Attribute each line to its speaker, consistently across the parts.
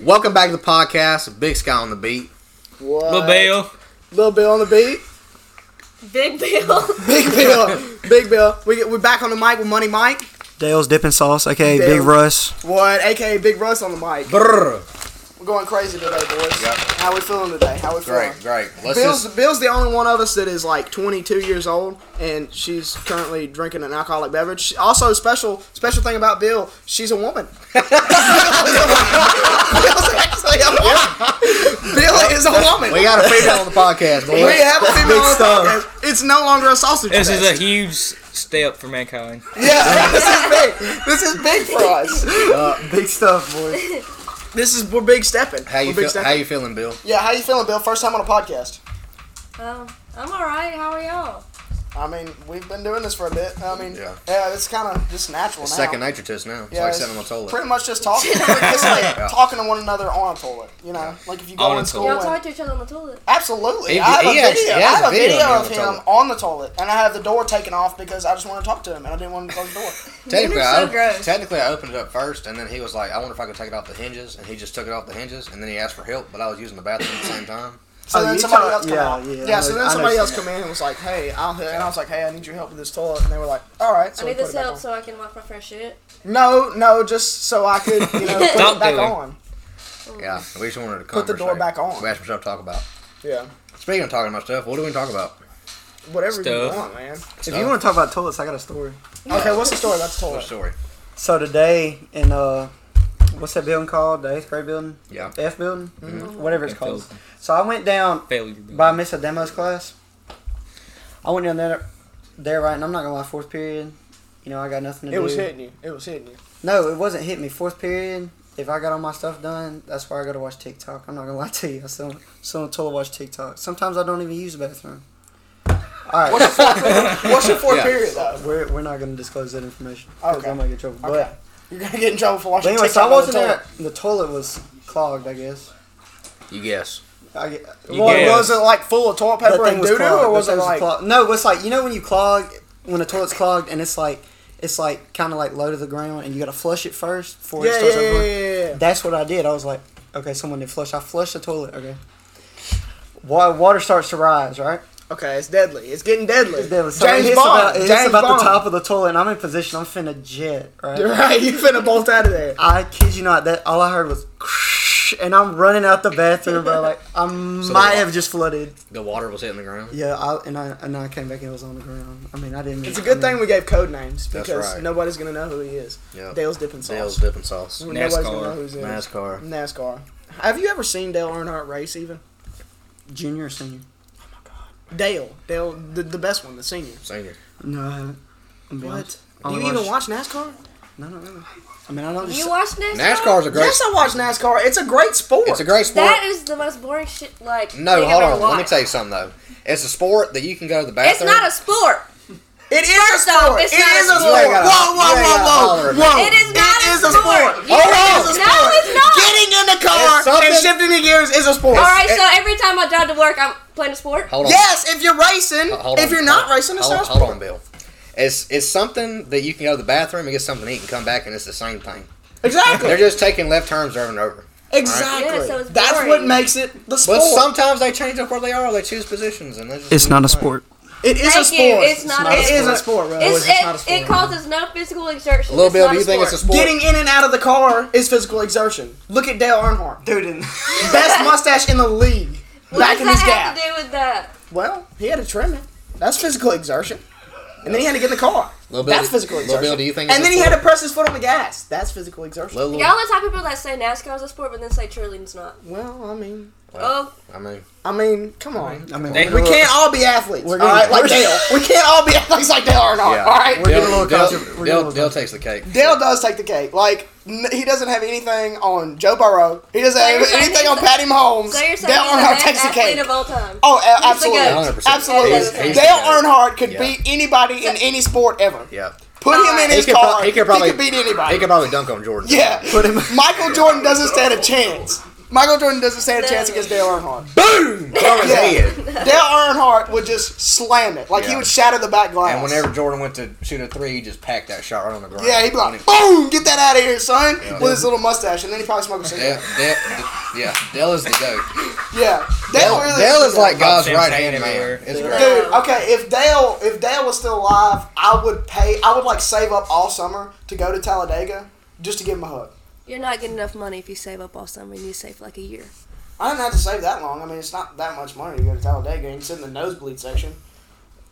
Speaker 1: Welcome back to the podcast, Big Sky on the Beat.
Speaker 2: What?
Speaker 3: Lil Bale.
Speaker 2: Lil Bill on the beat.
Speaker 4: Big Bill.
Speaker 2: Big Bill. Big Bill. We we're back on the mic with Money Mike.
Speaker 5: Dale's dipping sauce, aka
Speaker 2: Dale.
Speaker 5: Big Russ.
Speaker 2: What? AKA Big Russ on the mic.
Speaker 1: Brr.
Speaker 2: We're going crazy today, boys.
Speaker 1: Yep.
Speaker 2: How we feeling today? How we feeling?
Speaker 1: Great, great. Let's
Speaker 2: Bill's,
Speaker 1: just
Speaker 2: Bill's the only one of us that is like 22 years old, and she's currently drinking an alcoholic beverage. She- Also, special special thing about Bill, she's a woman. Bill's actually a woman. Bill is a woman.
Speaker 1: we got a female on the podcast,
Speaker 2: We
Speaker 1: boy.
Speaker 2: have a female
Speaker 5: Big
Speaker 2: on the
Speaker 5: stuff.
Speaker 2: podcast. It's no longer a sausage.
Speaker 3: This
Speaker 2: fest.
Speaker 3: is a huge step for mankind.
Speaker 2: yeah. this is big. This is big for us.
Speaker 1: Uh,
Speaker 5: Big stuff, boy.
Speaker 2: This is we're big stepping.
Speaker 1: How you
Speaker 2: we're big
Speaker 1: feel,
Speaker 2: stepping.
Speaker 1: How you feeling, Bill?
Speaker 2: yeah, how you feeling, Bill? First time on a podcast.
Speaker 4: Um, I'm alright. How are y'all?
Speaker 2: I mean, we've been doing this for a bit. I mean,
Speaker 1: Yeah.
Speaker 2: yeah, it's kind of just natural now.
Speaker 1: Second nature to us now. It's like
Speaker 2: it's
Speaker 1: sitting on the toilet.
Speaker 2: Pretty much just talking, just like
Speaker 1: Yeah.
Speaker 2: talking to one another on a toilet. You know, like if you go
Speaker 3: On a
Speaker 2: in
Speaker 1: Oh,
Speaker 2: school.
Speaker 3: toilet.
Speaker 4: Y'all
Speaker 2: and-
Speaker 4: talk to each other on the toilet.
Speaker 2: Absolutely,
Speaker 1: He-
Speaker 2: I have
Speaker 1: he
Speaker 2: a
Speaker 1: actually
Speaker 2: video. I
Speaker 1: has
Speaker 2: have a video,
Speaker 1: of him on
Speaker 2: of
Speaker 1: the
Speaker 2: him
Speaker 1: toilet.
Speaker 2: on the toilet, and I have the door taken off because I just want to talk to him, and I didn't want to close the door.
Speaker 1: Technically,
Speaker 4: Men are
Speaker 1: I,
Speaker 4: so
Speaker 1: op-
Speaker 4: gross.
Speaker 1: technically, I opened it up first, and then he was like, "I wonder if I could take it off the hinges," and he just took it off the hinges, and then he asked for help, but I was using the bathroom at the same time.
Speaker 2: So
Speaker 5: Oh,
Speaker 2: then
Speaker 5: you
Speaker 2: somebody
Speaker 5: talk-
Speaker 2: else come
Speaker 5: yeah,
Speaker 2: out.
Speaker 5: yeah,
Speaker 2: Yeah,
Speaker 5: I
Speaker 2: so
Speaker 5: know-
Speaker 2: then
Speaker 5: I
Speaker 2: somebody
Speaker 5: know
Speaker 2: else
Speaker 5: that.
Speaker 2: come in and was like, "Hey, I'll help," and I was like, "Hey, I need your help with this toilet," and they were like, "All right." So
Speaker 4: I
Speaker 2: we
Speaker 4: need
Speaker 2: put
Speaker 4: this
Speaker 2: it back
Speaker 4: help
Speaker 2: on.
Speaker 4: so I can wash my fresh shit.
Speaker 2: No, no, just so I could, you know, put it
Speaker 3: Don't
Speaker 2: back
Speaker 3: do it.
Speaker 2: on.
Speaker 1: Yeah, we just wanted to
Speaker 2: Put the door
Speaker 1: conversate.
Speaker 2: back on.
Speaker 1: We had some stuff to talk about.
Speaker 2: Yeah,
Speaker 1: Speaking of talking about stuff, what do we talk about?
Speaker 2: whatever
Speaker 3: Stuff.
Speaker 2: you want, man.
Speaker 5: If you want to talk about toilets, I got a story.
Speaker 2: Okay, what's the story about the
Speaker 1: What
Speaker 2: toilet?
Speaker 1: story?
Speaker 5: So today in uh, what's that building called? The eighth grade building?
Speaker 1: Yeah.
Speaker 5: F building,
Speaker 2: Mm-hmm.
Speaker 5: Mm-hmm. whatever it's
Speaker 3: F
Speaker 5: called.
Speaker 3: building.
Speaker 5: So I went down
Speaker 3: Failure.
Speaker 5: by Miss Ademo's class. I went down there, there right, and I'm not gonna lie, fourth period. You know, I got nothing to
Speaker 2: It
Speaker 5: do.
Speaker 2: was hitting you. It was hitting you.
Speaker 5: No, it wasn't hitting me. Fourth period. If I got all my stuff done, that's why I gotta watch TikTok. I'm not gonna lie to you. I still still totally watch TikTok. Sometimes I don't even use the bathroom. All right.
Speaker 2: What's your fourth, what's your fourth
Speaker 1: Yeah.
Speaker 2: period though?
Speaker 5: We're, we're not going to disclose that information because
Speaker 2: Okay.
Speaker 5: I might get in trouble. But,
Speaker 2: Okay. You're gonna get in trouble for
Speaker 5: but
Speaker 2: watching
Speaker 5: anyway,
Speaker 2: TikTok.
Speaker 5: so I
Speaker 2: on the
Speaker 5: wasn't
Speaker 2: toilet.
Speaker 5: there. The toilet was clogged, I guess.
Speaker 1: You guess.
Speaker 5: I, gue-
Speaker 3: You
Speaker 5: well,
Speaker 3: guess.
Speaker 2: Was it like full of toilet
Speaker 5: that
Speaker 2: paper
Speaker 5: thing
Speaker 2: and
Speaker 5: was
Speaker 2: doo doo,
Speaker 5: clogged.
Speaker 2: or was
Speaker 5: That
Speaker 2: it
Speaker 5: thing
Speaker 2: like?
Speaker 5: clogged. no? It's like you know when you clog when the toilet's clogged and it's like it's like kind of like low to the ground and you got to flush it first before it
Speaker 2: Yeah,
Speaker 5: starts
Speaker 2: yeah, yeah,
Speaker 5: overflowing.
Speaker 2: yeah, yeah.
Speaker 5: That's what I did. I was like, okay, someone did flush. I flushed the toilet. Okay. Wa- Water starts to rise, right?
Speaker 2: Okay, it's deadly. It's getting deadly.
Speaker 5: Then so it
Speaker 2: James
Speaker 5: hits
Speaker 2: Bond.
Speaker 5: about, it hits
Speaker 2: James
Speaker 5: about
Speaker 2: Bond.
Speaker 5: the top of the toilet, and I'm in position. I'm finna jet, right?
Speaker 2: You're right. You finna bolt out of there.
Speaker 5: I kid you not, that all I heard was "Ksh," and I'm running out the bathroom, but like I might have just flooded.
Speaker 1: The water was hitting the ground.
Speaker 5: Yeah, I, and I and I came back and it was on the ground. I mean, I didn't.
Speaker 2: It's a good
Speaker 5: I mean,
Speaker 2: thing we gave code names because
Speaker 1: right.
Speaker 2: nobody's gonna know who he is.
Speaker 1: Yeah.
Speaker 2: Dale's dipping sauce.
Speaker 1: Dale's dipping sauce.
Speaker 2: Nobody's gonna
Speaker 3: NASCAR.
Speaker 2: know who's in it.
Speaker 1: NASCAR.
Speaker 2: NASCAR. Have you ever seen Dale Earnhardt race even?
Speaker 5: junior or senior.
Speaker 2: Dale, Dale, the, the best one, the senior.
Speaker 1: Senior.
Speaker 5: No, I haven't. I'm being
Speaker 2: What?
Speaker 5: honest.
Speaker 2: Do
Speaker 1: Oh
Speaker 5: Only
Speaker 2: you even watch NASCAR?
Speaker 5: No, not really. I mean, I don't.
Speaker 4: You
Speaker 5: Just,
Speaker 4: watch NASCAR?
Speaker 1: NASCAR's a great.
Speaker 2: Yes, I watch NASCAR. It's a great sport.
Speaker 1: It's a great sport.
Speaker 4: That is the most boring shit. Like
Speaker 1: no,
Speaker 4: thing
Speaker 1: hold
Speaker 4: I've ever
Speaker 1: on. Let me
Speaker 4: watched.
Speaker 1: tell you something though. It's a sport that you can go to the
Speaker 4: It's
Speaker 1: bathroom.
Speaker 4: not a sport.
Speaker 2: It is
Speaker 4: First
Speaker 2: a
Speaker 4: off,
Speaker 2: sport.
Speaker 4: it's
Speaker 2: It
Speaker 4: not
Speaker 2: is
Speaker 4: a
Speaker 2: a
Speaker 4: sport.
Speaker 1: You
Speaker 2: sport.
Speaker 1: ain't gotta-
Speaker 2: Whoa,
Speaker 1: you
Speaker 2: whoa,
Speaker 1: ain't gotta
Speaker 2: whoa,
Speaker 1: holler
Speaker 2: whoa,
Speaker 1: at me.
Speaker 2: whoa!
Speaker 4: It is not
Speaker 2: It
Speaker 4: a
Speaker 2: is a
Speaker 4: sport.
Speaker 2: sport.
Speaker 4: You
Speaker 2: Hold
Speaker 4: are-
Speaker 2: on.
Speaker 4: No, it's not.
Speaker 2: Getting in the car
Speaker 1: It's something-
Speaker 2: and shifting the gears is a sport.
Speaker 4: All right,
Speaker 1: It-
Speaker 4: so every time I drive to work, I'm playing a sport.
Speaker 1: Hold on.
Speaker 2: Yes, if you're racing.
Speaker 1: Uh, Hold on.
Speaker 2: if you're not
Speaker 1: Hold-
Speaker 2: racing, it's
Speaker 1: hold,
Speaker 2: not a
Speaker 1: hold
Speaker 2: sport.
Speaker 1: on, Bill. It's it's something that you can go to the bathroom and get something to eat and come back and it's the same thing. They're
Speaker 2: Exactly.
Speaker 1: just taking left turns over and over.
Speaker 2: exactly.
Speaker 4: Yeah, so it's
Speaker 2: That's
Speaker 4: boring.
Speaker 2: what makes it the sport.
Speaker 1: But sometimes they change up where they are. They choose positions and they just
Speaker 5: it's not a sport.
Speaker 2: it is a
Speaker 4: Thank
Speaker 2: sport.
Speaker 4: you, it's not
Speaker 5: a
Speaker 2: It is
Speaker 5: sport.
Speaker 2: a sport, bro.
Speaker 4: It's,
Speaker 2: It's
Speaker 4: it,
Speaker 2: not a sport.
Speaker 4: it causes no physical exertion.
Speaker 1: Little
Speaker 4: It's
Speaker 1: Bill,
Speaker 4: not
Speaker 1: do you think it's a sport?
Speaker 2: Getting in and out of the car is physical exertion. Look at Dale Earnhardt,
Speaker 5: Dude, and
Speaker 2: best mustache in the league.
Speaker 4: What
Speaker 2: back
Speaker 4: does
Speaker 2: in
Speaker 4: that
Speaker 2: his gap.
Speaker 4: have to do with that?
Speaker 2: Well, he had to trim it. That's physical exertion. And then he had to get in the car.
Speaker 1: Little Bill,
Speaker 2: That's physical
Speaker 1: Little
Speaker 2: exertion.
Speaker 1: Bill, do you think?
Speaker 2: and
Speaker 1: it's
Speaker 2: then
Speaker 1: a
Speaker 2: he had to
Speaker 1: sport?
Speaker 2: press his foot on the gas. That's physical exertion.
Speaker 1: Little,
Speaker 4: Y'all the type of people that say NASCAR is a sport, but then say cheerleading's not.
Speaker 2: Well, I mean,
Speaker 4: Oh,
Speaker 1: I mean,
Speaker 2: I mean, come on.
Speaker 5: I mean,
Speaker 3: They-
Speaker 2: We can't all be athletes, all
Speaker 5: We're gonna-
Speaker 2: right? Like
Speaker 5: we're-
Speaker 2: Dale, we can't all be athletes like Dale Earnhardt,
Speaker 1: yeah.
Speaker 2: all right?
Speaker 5: getting a
Speaker 1: Dale,
Speaker 5: little
Speaker 1: Dale,
Speaker 5: controver- we're getting a
Speaker 1: Dale,
Speaker 5: little
Speaker 1: Dale takes the cake.
Speaker 2: Dale does take the cake. Like n- he doesn't have anything on Joe Burrow. He doesn't
Speaker 4: So
Speaker 2: have
Speaker 4: you're saying
Speaker 2: anything
Speaker 4: he's
Speaker 2: on
Speaker 4: the-
Speaker 2: Patty Mahomes.
Speaker 4: so you're saying
Speaker 2: Dale
Speaker 4: he's the
Speaker 2: Earnhardt
Speaker 4: best
Speaker 2: takes the
Speaker 4: athlete
Speaker 2: cake.
Speaker 4: of all time.
Speaker 2: Oh, a-
Speaker 4: He's the
Speaker 2: absolutely,
Speaker 4: goat.
Speaker 1: 100%.
Speaker 2: absolutely.
Speaker 4: He's- he's the
Speaker 2: Dale
Speaker 1: goat.
Speaker 2: Earnhardt could
Speaker 1: Yeah.
Speaker 2: beat anybody in any sport ever.
Speaker 1: Yeah.
Speaker 2: Put him in
Speaker 4: He
Speaker 2: his
Speaker 1: could
Speaker 2: car.
Speaker 1: prob-
Speaker 2: he,
Speaker 1: he
Speaker 2: could
Speaker 1: could probably-
Speaker 2: beat anybody.
Speaker 1: He could probably dunk on Jordan.
Speaker 2: yeah.
Speaker 5: Put him-
Speaker 2: Michael Jordan doesn't stand a chance. Michael Jordan doesn't stand a chance
Speaker 4: No.
Speaker 2: against Dale Earnhardt.
Speaker 1: Boom! From his
Speaker 2: Yeah.
Speaker 1: head.
Speaker 2: Dale Earnhardt would just slam it. Like he
Speaker 1: Yeah.
Speaker 2: would shatter the back glass.
Speaker 1: And whenever Jordan went to shoot a three, he just packed that shot right on the ground.
Speaker 2: Yeah, he'd be like,
Speaker 1: Dale,
Speaker 2: boom, get that out of here, son,
Speaker 1: Yeah.
Speaker 2: with his little mustache. And then he probably smoked a cigarette.
Speaker 1: Dale, yeah, Dell is the goat.
Speaker 2: Yeah.
Speaker 1: Dale,
Speaker 2: really
Speaker 1: Dale is like
Speaker 3: Bob
Speaker 1: God's
Speaker 3: Sam's
Speaker 1: right
Speaker 3: hanging
Speaker 1: hand man.
Speaker 3: everywhere.
Speaker 1: It's
Speaker 4: Yeah.
Speaker 1: great.
Speaker 2: Dude, okay, if Dale if Dale was still alive, I would pay I would like save up all summer to go to Talladega just to give him a hug.
Speaker 4: You're not getting enough money if you save up all summer and you save like a year.
Speaker 2: I didn't have to save that long. I mean it's not that much money to go to Talladega and sit in the nosebleed section.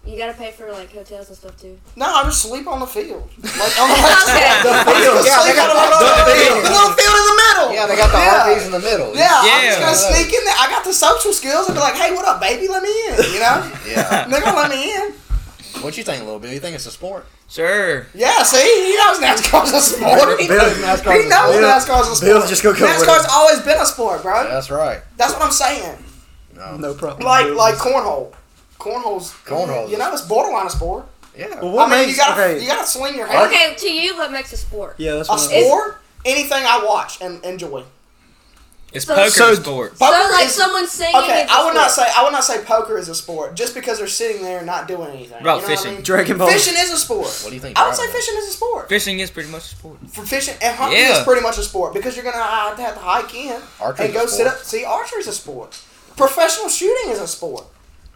Speaker 4: You gotta pay for like hotels and stuff too.
Speaker 2: No, I just sleep on the field. Like on the left
Speaker 4: Okay.
Speaker 2: the field.
Speaker 1: Yeah, they
Speaker 2: Sleep
Speaker 1: got
Speaker 2: on the
Speaker 1: the-
Speaker 2: little
Speaker 1: the
Speaker 2: field.
Speaker 1: field.
Speaker 2: The little field in the middle.
Speaker 1: Yeah, they got the RVs in the middle.
Speaker 2: Yeah, I'm just
Speaker 3: Yeah.
Speaker 2: gonna sneak in there. I got the social skills and be like, "Hey, what up, baby? Let me in." You know,
Speaker 1: Yeah.
Speaker 2: they're gonna let me in.
Speaker 1: What you think, little Bill? You think it's a sport?
Speaker 3: Sure.
Speaker 2: Yeah, see, he knows NASCAR's a sport. He knows
Speaker 1: NASCAR's a sport.
Speaker 2: NASCAR's a sport.
Speaker 5: Bill's just gonna come with
Speaker 2: NASCAR's always been a sport, bro.
Speaker 1: Yeah, that's right.
Speaker 2: That's what I'm saying.
Speaker 1: No.
Speaker 5: No problem.
Speaker 2: Like, like cornhole. Cornhole's
Speaker 1: Cornhole's-
Speaker 2: You know, it's borderline a sport.
Speaker 1: Yeah.
Speaker 5: Well, what
Speaker 2: I mean,
Speaker 5: makes
Speaker 2: you gotta
Speaker 5: okay?
Speaker 2: you gotta sling your hand.
Speaker 4: Okay, to you, what makes a sport?
Speaker 5: yeah, that's
Speaker 2: A
Speaker 5: what
Speaker 2: sport, anything I watch and enjoy.
Speaker 3: It's
Speaker 4: So-
Speaker 3: poker
Speaker 5: So-
Speaker 3: sport.
Speaker 4: So
Speaker 2: Poker
Speaker 4: like
Speaker 2: is-
Speaker 4: someone singing.
Speaker 2: Okay,
Speaker 4: is a
Speaker 2: I would not
Speaker 4: sport.
Speaker 2: say I would not say poker is a sport just because they're sitting there not doing anything.
Speaker 3: About
Speaker 2: You know what I
Speaker 3: fishing.
Speaker 2: mean?
Speaker 5: Dragon Ball.
Speaker 2: Fishing is a sport.
Speaker 1: What do you think,
Speaker 2: I would say
Speaker 1: Brian?
Speaker 2: fishing is a sport.
Speaker 3: Fishing is pretty much a sport.
Speaker 2: For fishing and hunting is
Speaker 3: Yeah.
Speaker 2: pretty much a sport because you're gonna have to have to hike in
Speaker 1: Archery's
Speaker 2: and go
Speaker 1: a
Speaker 2: sit
Speaker 1: sport.
Speaker 2: up. See, archery's a sport. Professional shooting is a sport.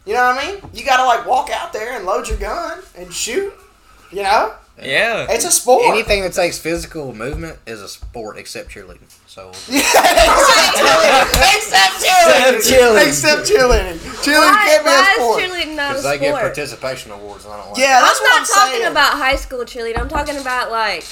Speaker 2: You know what I mean? You gotta like walk out there and load your gun and shoot. You know,
Speaker 3: Yeah.
Speaker 2: it's a sport.
Speaker 1: Anything that takes physical movement is a sport, except cheerleading. So
Speaker 2: Yeah, except cheerleading.
Speaker 5: Except cheerleading.
Speaker 2: Except cheerleading. Cheerleading
Speaker 4: Why,
Speaker 2: can't be a
Speaker 4: why is
Speaker 2: sport.
Speaker 4: cheerleading not a
Speaker 1: because
Speaker 4: sport?
Speaker 1: they get participation awards, and I don't like.
Speaker 2: Yeah, that's
Speaker 4: I'm
Speaker 2: what
Speaker 4: not
Speaker 2: I'm
Speaker 4: talking
Speaker 2: saying.
Speaker 4: about high school cheerleading. I'm talking about like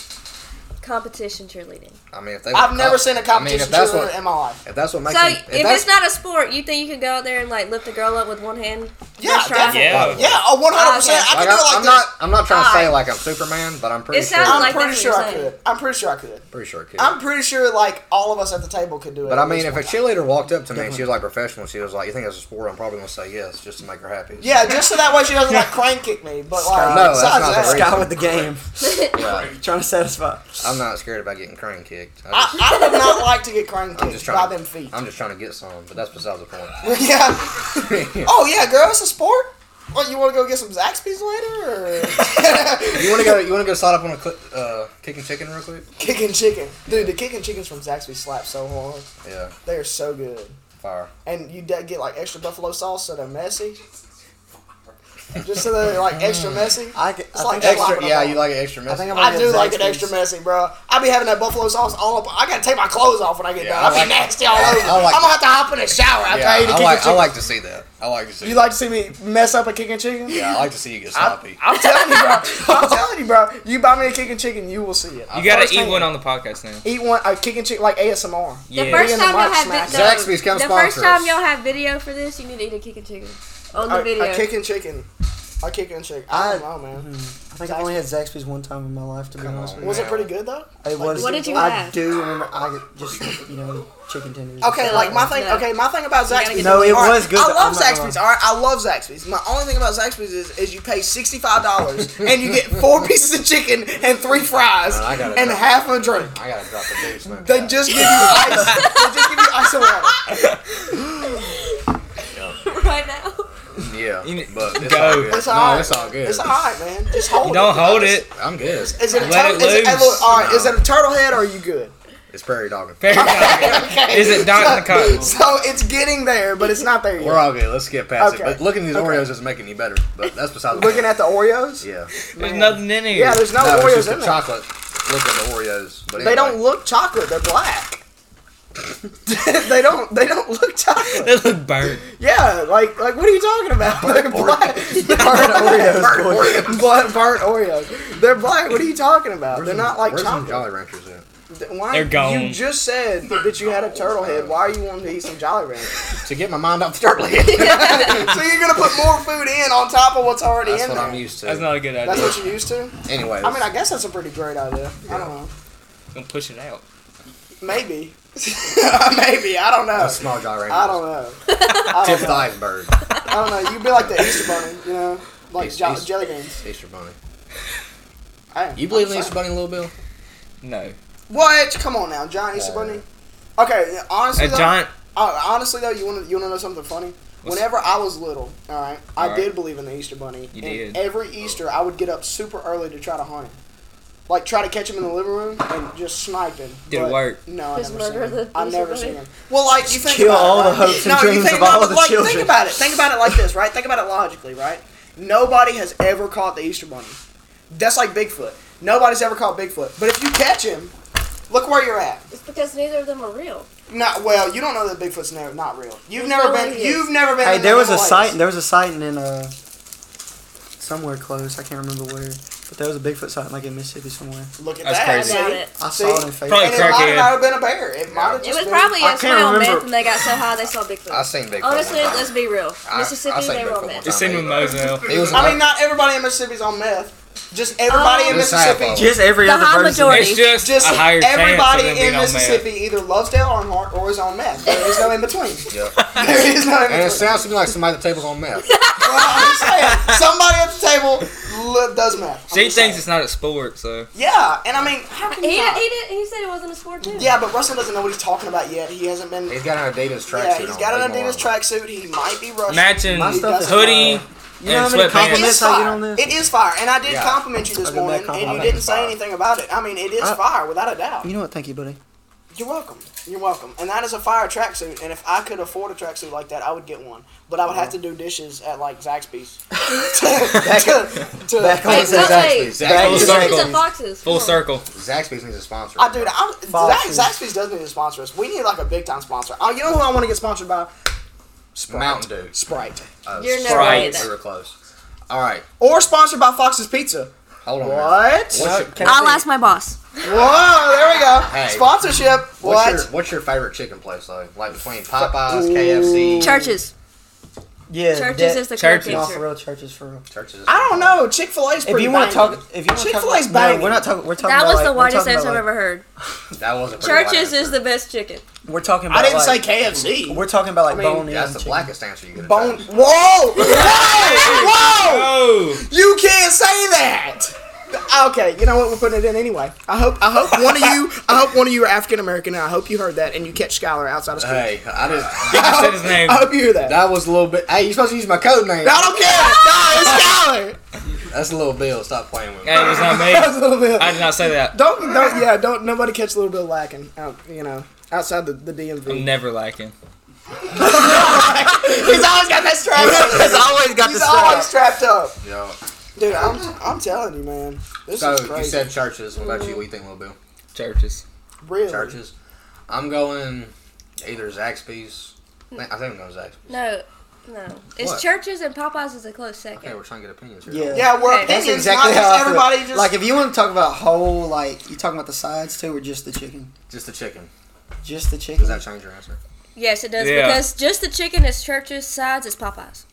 Speaker 4: competition cheerleading.
Speaker 1: that. I mean, if they.
Speaker 2: I've
Speaker 1: were
Speaker 2: never
Speaker 1: caught-
Speaker 2: seen a
Speaker 1: I mean,
Speaker 2: competition
Speaker 1: if that's
Speaker 2: cheerleader
Speaker 1: what
Speaker 2: in my life.
Speaker 1: if that's what makes
Speaker 4: so
Speaker 1: them-
Speaker 4: if
Speaker 1: that's,
Speaker 4: it's not a sport, you think you could go out there and like lift a girl up with one hand?
Speaker 2: Yeah,
Speaker 4: First try?
Speaker 2: definitely. Yeah,
Speaker 3: Yeah.
Speaker 2: oh, 100%. I
Speaker 1: like,
Speaker 2: could
Speaker 1: I,
Speaker 2: do it like
Speaker 1: am
Speaker 2: this.
Speaker 1: not. I'm not trying to say
Speaker 4: Alright.
Speaker 1: like I'm Superman, but I'm pretty
Speaker 4: It
Speaker 1: sure.
Speaker 4: sounds
Speaker 2: I'm
Speaker 4: like
Speaker 2: pretty
Speaker 4: that's
Speaker 2: sure
Speaker 4: what you're
Speaker 2: I
Speaker 4: saying.
Speaker 2: could. I'm pretty sure I could.
Speaker 1: pretty sure. it could.
Speaker 2: I'm pretty sure like all of us at the table could do it.
Speaker 1: But I
Speaker 2: at
Speaker 1: mean,
Speaker 2: least
Speaker 1: if a
Speaker 2: once.
Speaker 1: cheerleader walked up to me and she was like professional, she was like, "You think that's a sport?" I'm probably gonna say yes, just to make her happy.
Speaker 2: yeah, just so that way she doesn't like crank kick me. But like,
Speaker 1: No, that's
Speaker 2: besides
Speaker 1: not the
Speaker 2: that,
Speaker 1: reason.
Speaker 5: Sky with the game,
Speaker 1: Yeah.
Speaker 5: trying to satisfy.
Speaker 1: I'm not scared about getting crane kicked. I just,
Speaker 2: I, I would not like to get crank
Speaker 1: I'm
Speaker 2: kicked
Speaker 1: just
Speaker 2: Ah. by
Speaker 1: trying.
Speaker 2: them feet.
Speaker 1: I'm just trying to get some, but that's besides the point.
Speaker 2: yeah. Oh yeah, girl, it's a sport. What you want to go get some Zaxby's later? Or?
Speaker 1: you want to go? You want to go slide up on a cl- uh, kicking chicken real quick?
Speaker 2: kicking chicken, dude. The kicking chickens from Zaxby's slap so hard.
Speaker 1: Yeah,
Speaker 2: They are so good.
Speaker 1: fire.
Speaker 2: and you de- get like extra buffalo sauce so they're messy. Just so they're like extra messy.
Speaker 5: I, get- I
Speaker 2: like
Speaker 5: think
Speaker 2: extra-
Speaker 5: I,
Speaker 1: Extra, yeah, you like it extra
Speaker 5: I
Speaker 1: messy.
Speaker 5: think I'm
Speaker 2: I do
Speaker 5: Zaxby's.
Speaker 2: like it extra messy, bro. I be having that buffalo sauce all up. I gotta take my clothes off when I get
Speaker 1: Yeah,
Speaker 2: done. I,
Speaker 1: I
Speaker 2: be
Speaker 1: like-
Speaker 2: nasty all over.
Speaker 1: I like
Speaker 2: I'm gonna have to hop in the shower after
Speaker 1: yeah,
Speaker 2: I eat a
Speaker 1: I
Speaker 2: kicking
Speaker 1: like. I
Speaker 2: chicken.
Speaker 1: like to see that. I like to see.
Speaker 2: you like to see me mess up a kicking chicken?
Speaker 1: That. Yeah, I like to see you get sloppy.
Speaker 2: I'm telling you, bro. I'm telling you, bro. You buy me a kicking chicken, you will see it.
Speaker 3: You gotta
Speaker 2: Firsthand.
Speaker 3: eat one on the podcast now.
Speaker 2: Eat one a kicking chicken like ASMR.
Speaker 4: The
Speaker 3: Yeah.
Speaker 4: first
Speaker 2: Bringing the
Speaker 4: time y'all
Speaker 2: mic
Speaker 4: have
Speaker 2: smack.
Speaker 4: vi-
Speaker 1: Zaxby's, come
Speaker 4: the
Speaker 1: sponsor
Speaker 4: first time
Speaker 1: us.
Speaker 4: y'all have video for this, you need to eat a kicking chicken on the
Speaker 2: A,
Speaker 4: video.
Speaker 2: a kicking chicken. A kicking chicken. I don't
Speaker 5: I-
Speaker 2: know,
Speaker 1: Mm-hmm.
Speaker 2: man.
Speaker 5: I think I only had Zaxby's one time in my life. To be
Speaker 1: Come
Speaker 5: honest
Speaker 1: on.
Speaker 5: with you.
Speaker 2: Was it pretty good though?
Speaker 5: It was.
Speaker 4: What did you
Speaker 5: I
Speaker 4: have?
Speaker 5: do remember. I just you know chicken tenders.
Speaker 2: Okay, like my thing.
Speaker 4: No.
Speaker 2: Okay, my thing about
Speaker 4: gotta
Speaker 2: Zaxby's.
Speaker 4: get
Speaker 5: No, it
Speaker 2: All right,
Speaker 5: was good,
Speaker 2: I
Speaker 5: but
Speaker 2: love
Speaker 5: I'm not gonna
Speaker 2: Zaxby's. All right, I love Zaxby's. My only thing about Zaxby's is, is you pay sixty five dollars and you get four pieces of chicken and three fries
Speaker 1: Man, I gotta
Speaker 2: and
Speaker 1: go.
Speaker 2: half a drink.
Speaker 1: I gotta drop the deuce. man.
Speaker 2: They just give you ice. they just give you ice and water.
Speaker 4: right now.
Speaker 1: yeah,
Speaker 3: You need-
Speaker 1: but it's
Speaker 3: Go.
Speaker 1: all good.
Speaker 2: It's all
Speaker 1: No, it's all good.
Speaker 2: It's all right, man. Just hold it.
Speaker 3: Don't hold it.
Speaker 1: I'm good.
Speaker 2: Is it a
Speaker 3: Let
Speaker 2: turtle?
Speaker 3: it
Speaker 2: Is it, hey,
Speaker 3: loose.
Speaker 2: look, all right, is
Speaker 1: No.
Speaker 2: it a turtle head or are you good?
Speaker 1: It's prairie dogging.
Speaker 3: Very good.
Speaker 2: Okay.
Speaker 3: Is it Doc the
Speaker 2: so,
Speaker 3: Cockle?
Speaker 2: so it's getting there, but it's not there yet.
Speaker 1: We're all good. Let's skip past
Speaker 2: Okay.
Speaker 1: it. But looking at these
Speaker 2: Okay.
Speaker 1: Oreos isn't making any better. But that's besides the
Speaker 2: Looking
Speaker 1: point.
Speaker 2: at the Oreos.
Speaker 1: yeah.
Speaker 3: There's nothing in here.
Speaker 2: Yeah, there's no,
Speaker 1: No, it's
Speaker 2: Oreos
Speaker 1: just the
Speaker 2: in there.
Speaker 1: chocolate. Look at the Oreos. But
Speaker 2: They
Speaker 1: anyway.
Speaker 2: don't look chocolate. They're black. they don't. They don't look chocolate.
Speaker 3: They look burnt.
Speaker 2: Yeah, like like what are you talking about? They're black.
Speaker 5: Burnt Oreos, boy.
Speaker 2: Blood burnt Oreos. They're black. What are you talking about? They're
Speaker 1: Where's
Speaker 2: not
Speaker 1: the-
Speaker 2: like
Speaker 1: where's the
Speaker 2: chocolate.
Speaker 1: Jolly Ranchers at?
Speaker 2: Why?
Speaker 3: They're gone.
Speaker 2: You just said that you had a turtle head. Why are you wanting to eat some Jolly Ranchers?
Speaker 1: To get my mind off the turtle head.
Speaker 2: so you're gonna put more food in on top of what's already
Speaker 1: That's
Speaker 2: in
Speaker 1: what
Speaker 2: there.
Speaker 1: I'm used to.
Speaker 3: That's not a good
Speaker 2: That's
Speaker 3: idea.
Speaker 2: what you're used to.
Speaker 1: anyway,
Speaker 2: I mean, I guess that's a pretty great idea. I don't know.
Speaker 3: Don't push it out.
Speaker 2: Maybe. Maybe. I don't know.
Speaker 1: a small Jolly Ranchers.
Speaker 2: I don't know. I
Speaker 1: Tip
Speaker 2: don't
Speaker 1: the
Speaker 2: know.
Speaker 1: iceberg.
Speaker 2: I don't know. You'd be like the Easter Bunny, you know, like
Speaker 1: East-
Speaker 2: jo-
Speaker 1: East-
Speaker 2: jelly beans.
Speaker 1: Easter Bunny.
Speaker 2: I am.
Speaker 1: You believe in
Speaker 2: I'm
Speaker 1: Easter Bunny, Little Bill?
Speaker 3: No.
Speaker 2: sorry. What? Come on now, John Easter
Speaker 1: Uh,
Speaker 2: Bunny. Okay, yeah, honestly,
Speaker 3: A
Speaker 2: though,
Speaker 3: giant.
Speaker 2: uh, honestly though, you want to you want to know something funny?
Speaker 3: What's-
Speaker 2: Whenever I was little, all right, I
Speaker 3: All right.
Speaker 2: did believe in the Easter Bunny. and
Speaker 3: You did.
Speaker 2: Every Easter, I would get up super early to try to hunt him, like try to catch him in the living room and just snipe him.
Speaker 3: Did it
Speaker 2: But
Speaker 3: work?
Speaker 2: No, I
Speaker 4: Just
Speaker 2: never seen
Speaker 4: murder
Speaker 2: him.
Speaker 4: the
Speaker 2: I
Speaker 4: Easter
Speaker 2: never
Speaker 4: Bunny.
Speaker 2: seen him. Well, like you think
Speaker 5: Kill
Speaker 2: about
Speaker 5: all
Speaker 2: it,
Speaker 5: the
Speaker 2: right?
Speaker 5: hopes
Speaker 2: no,
Speaker 5: and
Speaker 2: you
Speaker 5: dreams
Speaker 2: think,
Speaker 5: of
Speaker 2: no,
Speaker 5: all
Speaker 2: but,
Speaker 5: the
Speaker 2: like,
Speaker 5: children.
Speaker 2: Think about it. Think about it like this, right? Think about it logically, right? Nobody has ever caught the Easter Bunny. That's like Bigfoot. Nobody's ever caught Bigfoot. But if you catch him, look where you're at.
Speaker 4: It's because neither of them are real.
Speaker 2: Not well. You don't know that Bigfoot's never not real. You've
Speaker 4: There's
Speaker 2: never
Speaker 4: no
Speaker 2: been.
Speaker 4: way he
Speaker 2: You've
Speaker 4: is.
Speaker 2: never been.
Speaker 5: Hey,
Speaker 2: in
Speaker 5: there
Speaker 2: the
Speaker 5: was a
Speaker 2: Himalayas.
Speaker 5: sighting. There was a sighting in uh somewhere close. I can't remember where, but there was a Bigfoot sighting like in Mississippi somewhere.
Speaker 2: Look at
Speaker 3: That's
Speaker 2: that.
Speaker 3: crazy.
Speaker 2: see?
Speaker 4: I doubt it.
Speaker 5: I
Speaker 2: See?
Speaker 5: saw it in Facebook.
Speaker 3: Probably
Speaker 2: And it might have
Speaker 3: Crackhead.
Speaker 2: not have been a bear. It might have just
Speaker 4: It was
Speaker 2: been-
Speaker 4: probably
Speaker 1: I
Speaker 4: a
Speaker 1: can't
Speaker 4: smell
Speaker 5: remember.
Speaker 4: myth, and they got so high they saw Bigfoot.
Speaker 1: I seen Bigfoot.
Speaker 4: Honestly,
Speaker 1: one time.
Speaker 4: let's be real.
Speaker 1: I- I
Speaker 4: Mississippi,
Speaker 1: seen
Speaker 4: they
Speaker 1: Bigfoot
Speaker 4: were
Speaker 1: one
Speaker 4: myth.
Speaker 1: time.
Speaker 3: It's in with Mozo.
Speaker 1: He was.
Speaker 2: I mean, not everybody in Mississippi's on meth. Just everybody in
Speaker 4: Um,
Speaker 1: Just half of
Speaker 2: Mississippi.
Speaker 1: them.
Speaker 5: Just every
Speaker 4: The
Speaker 5: other
Speaker 4: high
Speaker 5: person.
Speaker 4: majority.
Speaker 3: It's just,
Speaker 2: Just
Speaker 3: Oh. a higher
Speaker 2: everybody
Speaker 3: chance of them
Speaker 2: in
Speaker 3: being on meth.
Speaker 2: Mississippi either loves Dale Earnhardt or is on meth. There is no in between.
Speaker 1: Yeah.
Speaker 2: There is no in
Speaker 1: And it
Speaker 2: between.
Speaker 1: sounds to me like somebody at the table's on meth.
Speaker 2: Well, I'm just saying, somebody at the table li- does meth. I'm
Speaker 3: She
Speaker 2: just
Speaker 3: thinks
Speaker 2: saying.
Speaker 3: it's not a sport, so
Speaker 2: Yeah, and I mean, how can
Speaker 4: He,
Speaker 2: you
Speaker 4: he,
Speaker 2: not?
Speaker 4: did, he said it wasn't a sport, too.
Speaker 2: Yeah, but Russell doesn't know what he's talking about yet. He hasn't been.
Speaker 1: He's got an Adidas tracksuit.
Speaker 2: yeah, he's got
Speaker 1: on.
Speaker 2: an
Speaker 1: Leave him
Speaker 2: Adidas
Speaker 1: alone.
Speaker 2: tracksuit. He might be Russian.
Speaker 3: matching
Speaker 5: My stuff is
Speaker 3: hoodie.
Speaker 5: fire. You know
Speaker 3: and
Speaker 5: how many
Speaker 3: sweatpants.
Speaker 2: It
Speaker 5: compliments
Speaker 2: is
Speaker 5: I get
Speaker 2: fire.
Speaker 5: on this?
Speaker 2: It is fire, and I did
Speaker 1: Yeah.
Speaker 2: compliment you this
Speaker 5: I've been
Speaker 2: morning,
Speaker 5: back
Speaker 2: and you Uh,
Speaker 5: compliment.
Speaker 2: didn't say
Speaker 1: Fire.
Speaker 2: anything about it. I mean, it is
Speaker 5: I-
Speaker 2: fire without a doubt.
Speaker 5: You know what? Thank you, buddy.
Speaker 2: You're welcome. You're welcome. And that is a fire tracksuit. And if I could afford a tracksuit like that, I would get one. But I would have to do dishes at like Zaxby's. to, to,
Speaker 5: back on
Speaker 4: Hey,
Speaker 5: It says
Speaker 4: hey,
Speaker 1: Zaxby's. Zaxby's,
Speaker 5: Full
Speaker 4: Zaxby's
Speaker 5: circle.
Speaker 4: and Foxes.
Speaker 3: Full
Speaker 4: Come on.
Speaker 3: circle.
Speaker 1: Zaxby's needs a sponsor.
Speaker 2: I dude, I'm,
Speaker 5: Foxes.
Speaker 2: Zax- Zaxby's does need to sponsor us. We need like a big time sponsor. Oh, you know who I want to get sponsored by? Sprite.
Speaker 1: Mountain Dew.
Speaker 2: Sprite.
Speaker 1: Uh,
Speaker 4: You're
Speaker 3: never gonna get
Speaker 1: We
Speaker 4: that.
Speaker 1: were close. All right,
Speaker 2: Or sponsored by Fox's Pizza.
Speaker 1: hold on. man.
Speaker 2: What?
Speaker 1: What's your,
Speaker 5: Can I
Speaker 4: I'll
Speaker 5: see-
Speaker 4: ask my boss.
Speaker 2: Whoa, there we go.
Speaker 1: Hey.
Speaker 2: Sponsorship.
Speaker 1: what's
Speaker 2: What?
Speaker 1: your what's your favorite chicken place though? Like between Popeyes, KFC,
Speaker 4: Churches.
Speaker 5: Yeah,
Speaker 4: Churches is the correct
Speaker 3: Churches.
Speaker 5: No, for
Speaker 4: answer.
Speaker 5: real, churches for real.
Speaker 1: Churches.
Speaker 2: I don't know. Chick Fil A's
Speaker 5: If
Speaker 2: pretty.
Speaker 5: you want to talk,
Speaker 2: banging.
Speaker 5: if you want to
Speaker 2: Chick-fil-A's
Speaker 5: talk,
Speaker 2: banging.
Speaker 5: no, we're not talking. We're talking.
Speaker 4: That
Speaker 5: about
Speaker 4: was
Speaker 5: like,
Speaker 4: the
Speaker 5: we're talking
Speaker 4: whitest
Speaker 5: about
Speaker 4: answer I've
Speaker 5: like-
Speaker 4: ever heard.
Speaker 1: That was a pretty
Speaker 4: Churches
Speaker 1: wide
Speaker 4: is the best chicken.
Speaker 5: We're talking about.
Speaker 2: I didn't say
Speaker 5: like,
Speaker 2: KFC.
Speaker 5: We're talking about like
Speaker 2: I mean,
Speaker 5: bone in.
Speaker 1: Yeah, that's the
Speaker 5: chicken.
Speaker 1: blackest answer you could. have
Speaker 2: Bone.
Speaker 1: done.
Speaker 2: Whoa! Whoa! Whoa!
Speaker 3: Oh,
Speaker 2: You can't say that. Okay, you know what? We're putting it in anyway. I hope I hope one of you I hope one of you are African American, and I hope you heard that, and you catch Skylar outside of school.
Speaker 1: Hey, I just
Speaker 3: you said his name.
Speaker 2: I hope you hear that.
Speaker 1: that was a little bit. Hey, you're supposed to use my code name.
Speaker 2: I don't care. No, it's Skylar.
Speaker 1: That's a little bill. Stop playing with me.
Speaker 3: Hey, it was not
Speaker 2: That's
Speaker 3: me.
Speaker 2: a little bit.
Speaker 3: I did not say that.
Speaker 2: Don't don't yeah. Don't nobody catch a little bit of lacking out. You know, outside the the
Speaker 3: I'm
Speaker 2: DMV.
Speaker 3: never lacking.
Speaker 2: He's always got that strap.
Speaker 5: Because I always got
Speaker 2: He's
Speaker 5: the
Speaker 2: always
Speaker 5: strap.
Speaker 2: strapped up.
Speaker 1: Yo.
Speaker 2: Dude, I'm I'm telling you, man. This
Speaker 1: So
Speaker 2: is
Speaker 1: you
Speaker 2: crazy.
Speaker 1: said churches. What about you? What do you think, little bill?
Speaker 3: Churches.
Speaker 2: really?
Speaker 1: Churches. I'm going either Zaxby's. I think I'm going Zaxby's.
Speaker 4: No, no. It's
Speaker 1: What?
Speaker 4: churches and Popeyes is a close second.
Speaker 1: Okay, we're trying to get opinions here.
Speaker 5: Yeah.
Speaker 2: Yeah, we're
Speaker 4: That's
Speaker 2: opinions.
Speaker 5: That's exactly
Speaker 2: not
Speaker 5: how I
Speaker 2: just
Speaker 5: feel.
Speaker 2: everybody just
Speaker 5: like if you want to talk about whole like you talking about the sides too or just the chicken,
Speaker 1: Just the chicken.
Speaker 5: just the chicken.
Speaker 1: Does that change your answer?
Speaker 4: Yes, it does
Speaker 3: Yeah.
Speaker 4: because just the chicken is churches, sides is Popeyes.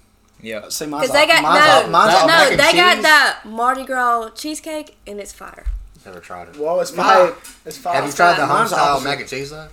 Speaker 3: Yeah.
Speaker 5: See, mine's
Speaker 4: Because they got
Speaker 5: all- mine's all-
Speaker 4: no,
Speaker 5: mine's
Speaker 1: That-
Speaker 5: all mac
Speaker 4: no,
Speaker 1: and
Speaker 4: they
Speaker 1: cheese?
Speaker 4: got that Mardi Gras cheesecake and it's fire.
Speaker 1: Never tried it.
Speaker 2: whoa, it's
Speaker 5: My-
Speaker 2: fire. It's fire.
Speaker 1: Have you tried the
Speaker 5: fine.
Speaker 1: home
Speaker 5: Mine's
Speaker 1: style
Speaker 5: opposite.
Speaker 1: mac and cheese though?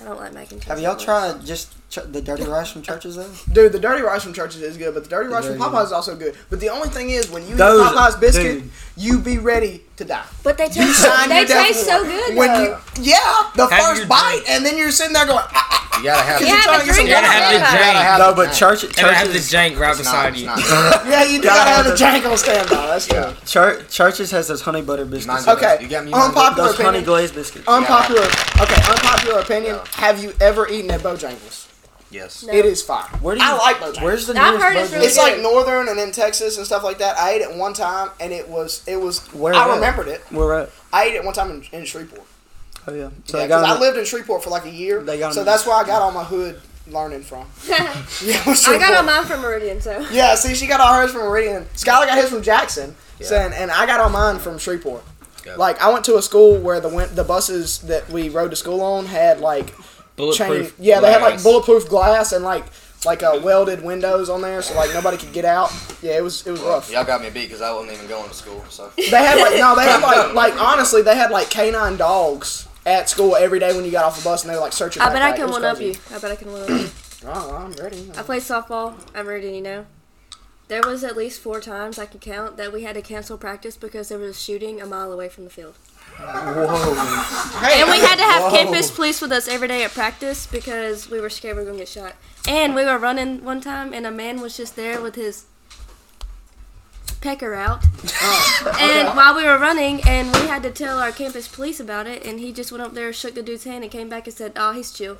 Speaker 4: I don't like mac and cheese.
Speaker 5: Have y'all
Speaker 4: that
Speaker 5: tried just ch- the dirty rice from churches though?
Speaker 2: Dude, the dirty rice from churches is good, but the dirty rice from
Speaker 5: Very
Speaker 2: Popeyes is also good. But the only thing is, when you
Speaker 5: Those-
Speaker 2: eat Popeyes biscuit,
Speaker 5: dude.
Speaker 2: you be ready to die.
Speaker 4: much. But they taste
Speaker 2: sign
Speaker 4: so, they
Speaker 2: your death
Speaker 4: taste so
Speaker 2: warrant.
Speaker 4: good
Speaker 2: when
Speaker 4: though.
Speaker 2: you yeah, the
Speaker 3: Have
Speaker 2: first
Speaker 3: your
Speaker 2: bite,
Speaker 3: drink.
Speaker 2: and then you're sitting there going, ah,
Speaker 1: You gotta have.
Speaker 4: you
Speaker 2: you're
Speaker 4: have
Speaker 2: trying to
Speaker 4: a
Speaker 2: get some
Speaker 4: drink
Speaker 3: You gotta
Speaker 4: on
Speaker 3: have
Speaker 4: the
Speaker 3: the
Speaker 4: side.
Speaker 1: drink.
Speaker 5: No, but church
Speaker 3: And I have the
Speaker 5: churches
Speaker 3: jank right
Speaker 1: It's not,
Speaker 3: beside
Speaker 1: it's
Speaker 3: you.
Speaker 1: not, it's
Speaker 2: ah. yeah, you do
Speaker 5: Gotta
Speaker 2: gotta
Speaker 5: have
Speaker 2: have the
Speaker 5: the-
Speaker 2: jangle standby. That's true.
Speaker 1: Yeah.
Speaker 5: chur- churches has those honey butter biscuits.
Speaker 1: not.
Speaker 2: Okay,
Speaker 1: You got me.
Speaker 2: unpopular
Speaker 5: Those honey
Speaker 2: opinion. Um,
Speaker 5: glazed biscuits.
Speaker 2: Unpopular. Okay, unpopular opinion.
Speaker 1: Yeah.
Speaker 2: Have you ever eaten at Bojangles?
Speaker 1: Yes.
Speaker 4: No.
Speaker 2: It is fire.
Speaker 5: Where do you,
Speaker 2: I like Bojangles.
Speaker 5: Where's the
Speaker 4: I've
Speaker 5: nearest
Speaker 4: heard it's
Speaker 5: Bojangles?
Speaker 4: really
Speaker 2: It's like northern and then Texas and stuff like that. I ate it one time and it was it was
Speaker 5: Where
Speaker 2: I
Speaker 5: at?
Speaker 2: remembered it.
Speaker 5: We're at.
Speaker 2: I ate it one time in, in Shreveport.
Speaker 5: Oh yeah. So
Speaker 2: Yeah,
Speaker 5: they
Speaker 2: 'cause I
Speaker 5: got.
Speaker 2: lived in Shreveport for like a year,
Speaker 5: They got
Speaker 2: so
Speaker 5: them-
Speaker 2: that's where I got all my hood learning from. Yeah, was
Speaker 4: I got
Speaker 2: Shreveport.
Speaker 4: all mine from Meridian, so
Speaker 2: Yeah, see, she got all hers from Meridian. Skylar got his from Jackson,
Speaker 1: Yeah.
Speaker 2: saying, and I got all mine from Shreveport.
Speaker 1: Yeah.
Speaker 2: Like I went to a school where the went, the buses that we rode to school on had like chain.
Speaker 3: Bulletproof.
Speaker 2: Yeah, they had like
Speaker 3: glass.
Speaker 2: bulletproof glass and like like uh, welded windows on there, so like nobody could get out. Yeah, it was it was rough.
Speaker 1: Y'all got me beat because I wasn't even going to school. So
Speaker 2: They had like no, they had like like honestly, they had like canine dogs at school every day when you got off the bus, and they were like searching.
Speaker 4: I bet I can one up you. I bet I can one up you.
Speaker 2: Oh, I'm ready.
Speaker 4: I played softball at Meridian, you know. There was at least four times I can count that we had to cancel practice because there was a shooting a mile away from the field.
Speaker 5: Whoa.
Speaker 2: Hey,
Speaker 4: And we had to have
Speaker 5: Whoa.
Speaker 4: campus police with us every day at practice because we were scared we were gonna get shot. And we were running one time, and a man was just there with his pecker out. and while we were running, and we had to tell our campus police about it, and he just went up there, shook the dude's hand, and came back and said, "Oh, he's chill."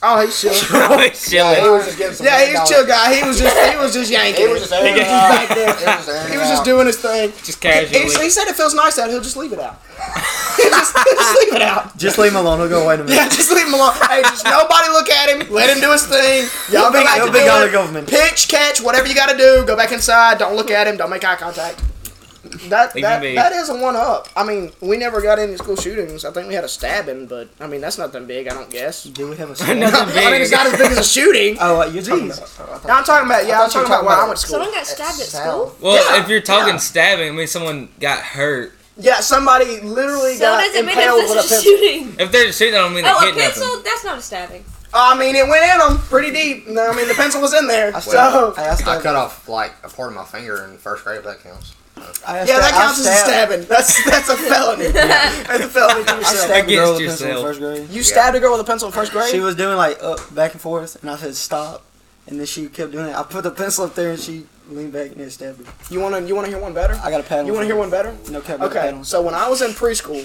Speaker 2: Oh, he's chill.
Speaker 1: He
Speaker 3: Chilling.
Speaker 1: was just getting some
Speaker 2: Yeah, he was
Speaker 1: $10.
Speaker 2: chill guy. He was just he was just yanking.
Speaker 1: He was
Speaker 2: it.
Speaker 1: just airing it out. He was just airing
Speaker 2: He
Speaker 1: it
Speaker 2: was just
Speaker 1: out.
Speaker 2: doing his thing.
Speaker 3: Just
Speaker 2: He, he
Speaker 3: casually.
Speaker 2: said it feels nice out. He'll just leave it out. he'll, just, he'll just leave it out.
Speaker 5: Just leave him alone. He'll go, wait a minute.
Speaker 2: Yeah, just leave him alone. Hey, just nobody look at him. Let him do his thing. He'll go
Speaker 5: Y'all big-
Speaker 2: back
Speaker 5: y'all
Speaker 2: to
Speaker 5: big
Speaker 2: doing
Speaker 5: on the
Speaker 2: it.
Speaker 5: government.
Speaker 2: Pitch, catch, whatever you got to do. Go back inside. Don't look at him. Don't make eye contact. That
Speaker 3: Leave
Speaker 2: that,
Speaker 3: him be.
Speaker 2: that is a one up. I mean, we never got any school shootings. I think we had a stabbing, but I mean that's nothing big. I don't guess.
Speaker 5: Do we have a
Speaker 3: Nothing
Speaker 2: I mean it's not as big as a shooting.
Speaker 5: Oh, uh, you're talking
Speaker 2: Jeez.
Speaker 5: about. oh, I
Speaker 2: No,
Speaker 5: thought-
Speaker 2: I'm talking about yeah.
Speaker 5: I
Speaker 2: I'm
Speaker 5: thought you
Speaker 2: talking about
Speaker 5: were talking
Speaker 2: where I
Speaker 5: about
Speaker 2: went to school.
Speaker 4: Someone got stabbed at school.
Speaker 5: South.
Speaker 3: Well,
Speaker 2: Yeah,
Speaker 3: if you're talking
Speaker 2: yeah.
Speaker 3: stabbing, I mean someone got hurt.
Speaker 2: Yeah, somebody literally
Speaker 4: So
Speaker 2: got
Speaker 4: does it mean
Speaker 2: impaled
Speaker 4: if
Speaker 2: with a
Speaker 4: this
Speaker 2: pencil.
Speaker 4: is shooting?
Speaker 3: If they're shooting, I don't mean they're
Speaker 4: Oh, a
Speaker 3: hitting nothing.
Speaker 4: pencil? That's not a stabbing.
Speaker 2: I mean, it went in them pretty deep. No, I mean the pencil was in there.
Speaker 5: I
Speaker 2: so
Speaker 5: stabbed- I asked
Speaker 1: I
Speaker 5: that-
Speaker 1: cut off like a part of my finger in first grade. If that counts.
Speaker 5: I asked
Speaker 2: yeah, that
Speaker 5: I
Speaker 2: counts as a
Speaker 5: stabbed-
Speaker 2: stabbing. That's that's a felony. That's a felony to
Speaker 5: I
Speaker 2: yourself.
Speaker 5: stabbed a girl with a
Speaker 3: Against
Speaker 5: pencil in
Speaker 3: yourself.
Speaker 5: first grade.
Speaker 2: You stabbed a girl with a pencil in first grade.
Speaker 5: She was doing like up, back and forth, and I said stop, and then she kept doing it. I put the pencil up there, and she leaned back and it stabbed me.
Speaker 2: you wanna you wanna hear one better?
Speaker 5: I got a paddle.
Speaker 2: You wanna hear one better?
Speaker 5: No cap. no
Speaker 2: Okay,
Speaker 5: paddle.
Speaker 2: so when I was in preschool,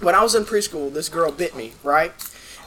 Speaker 2: when I was in preschool, this girl bit me, right?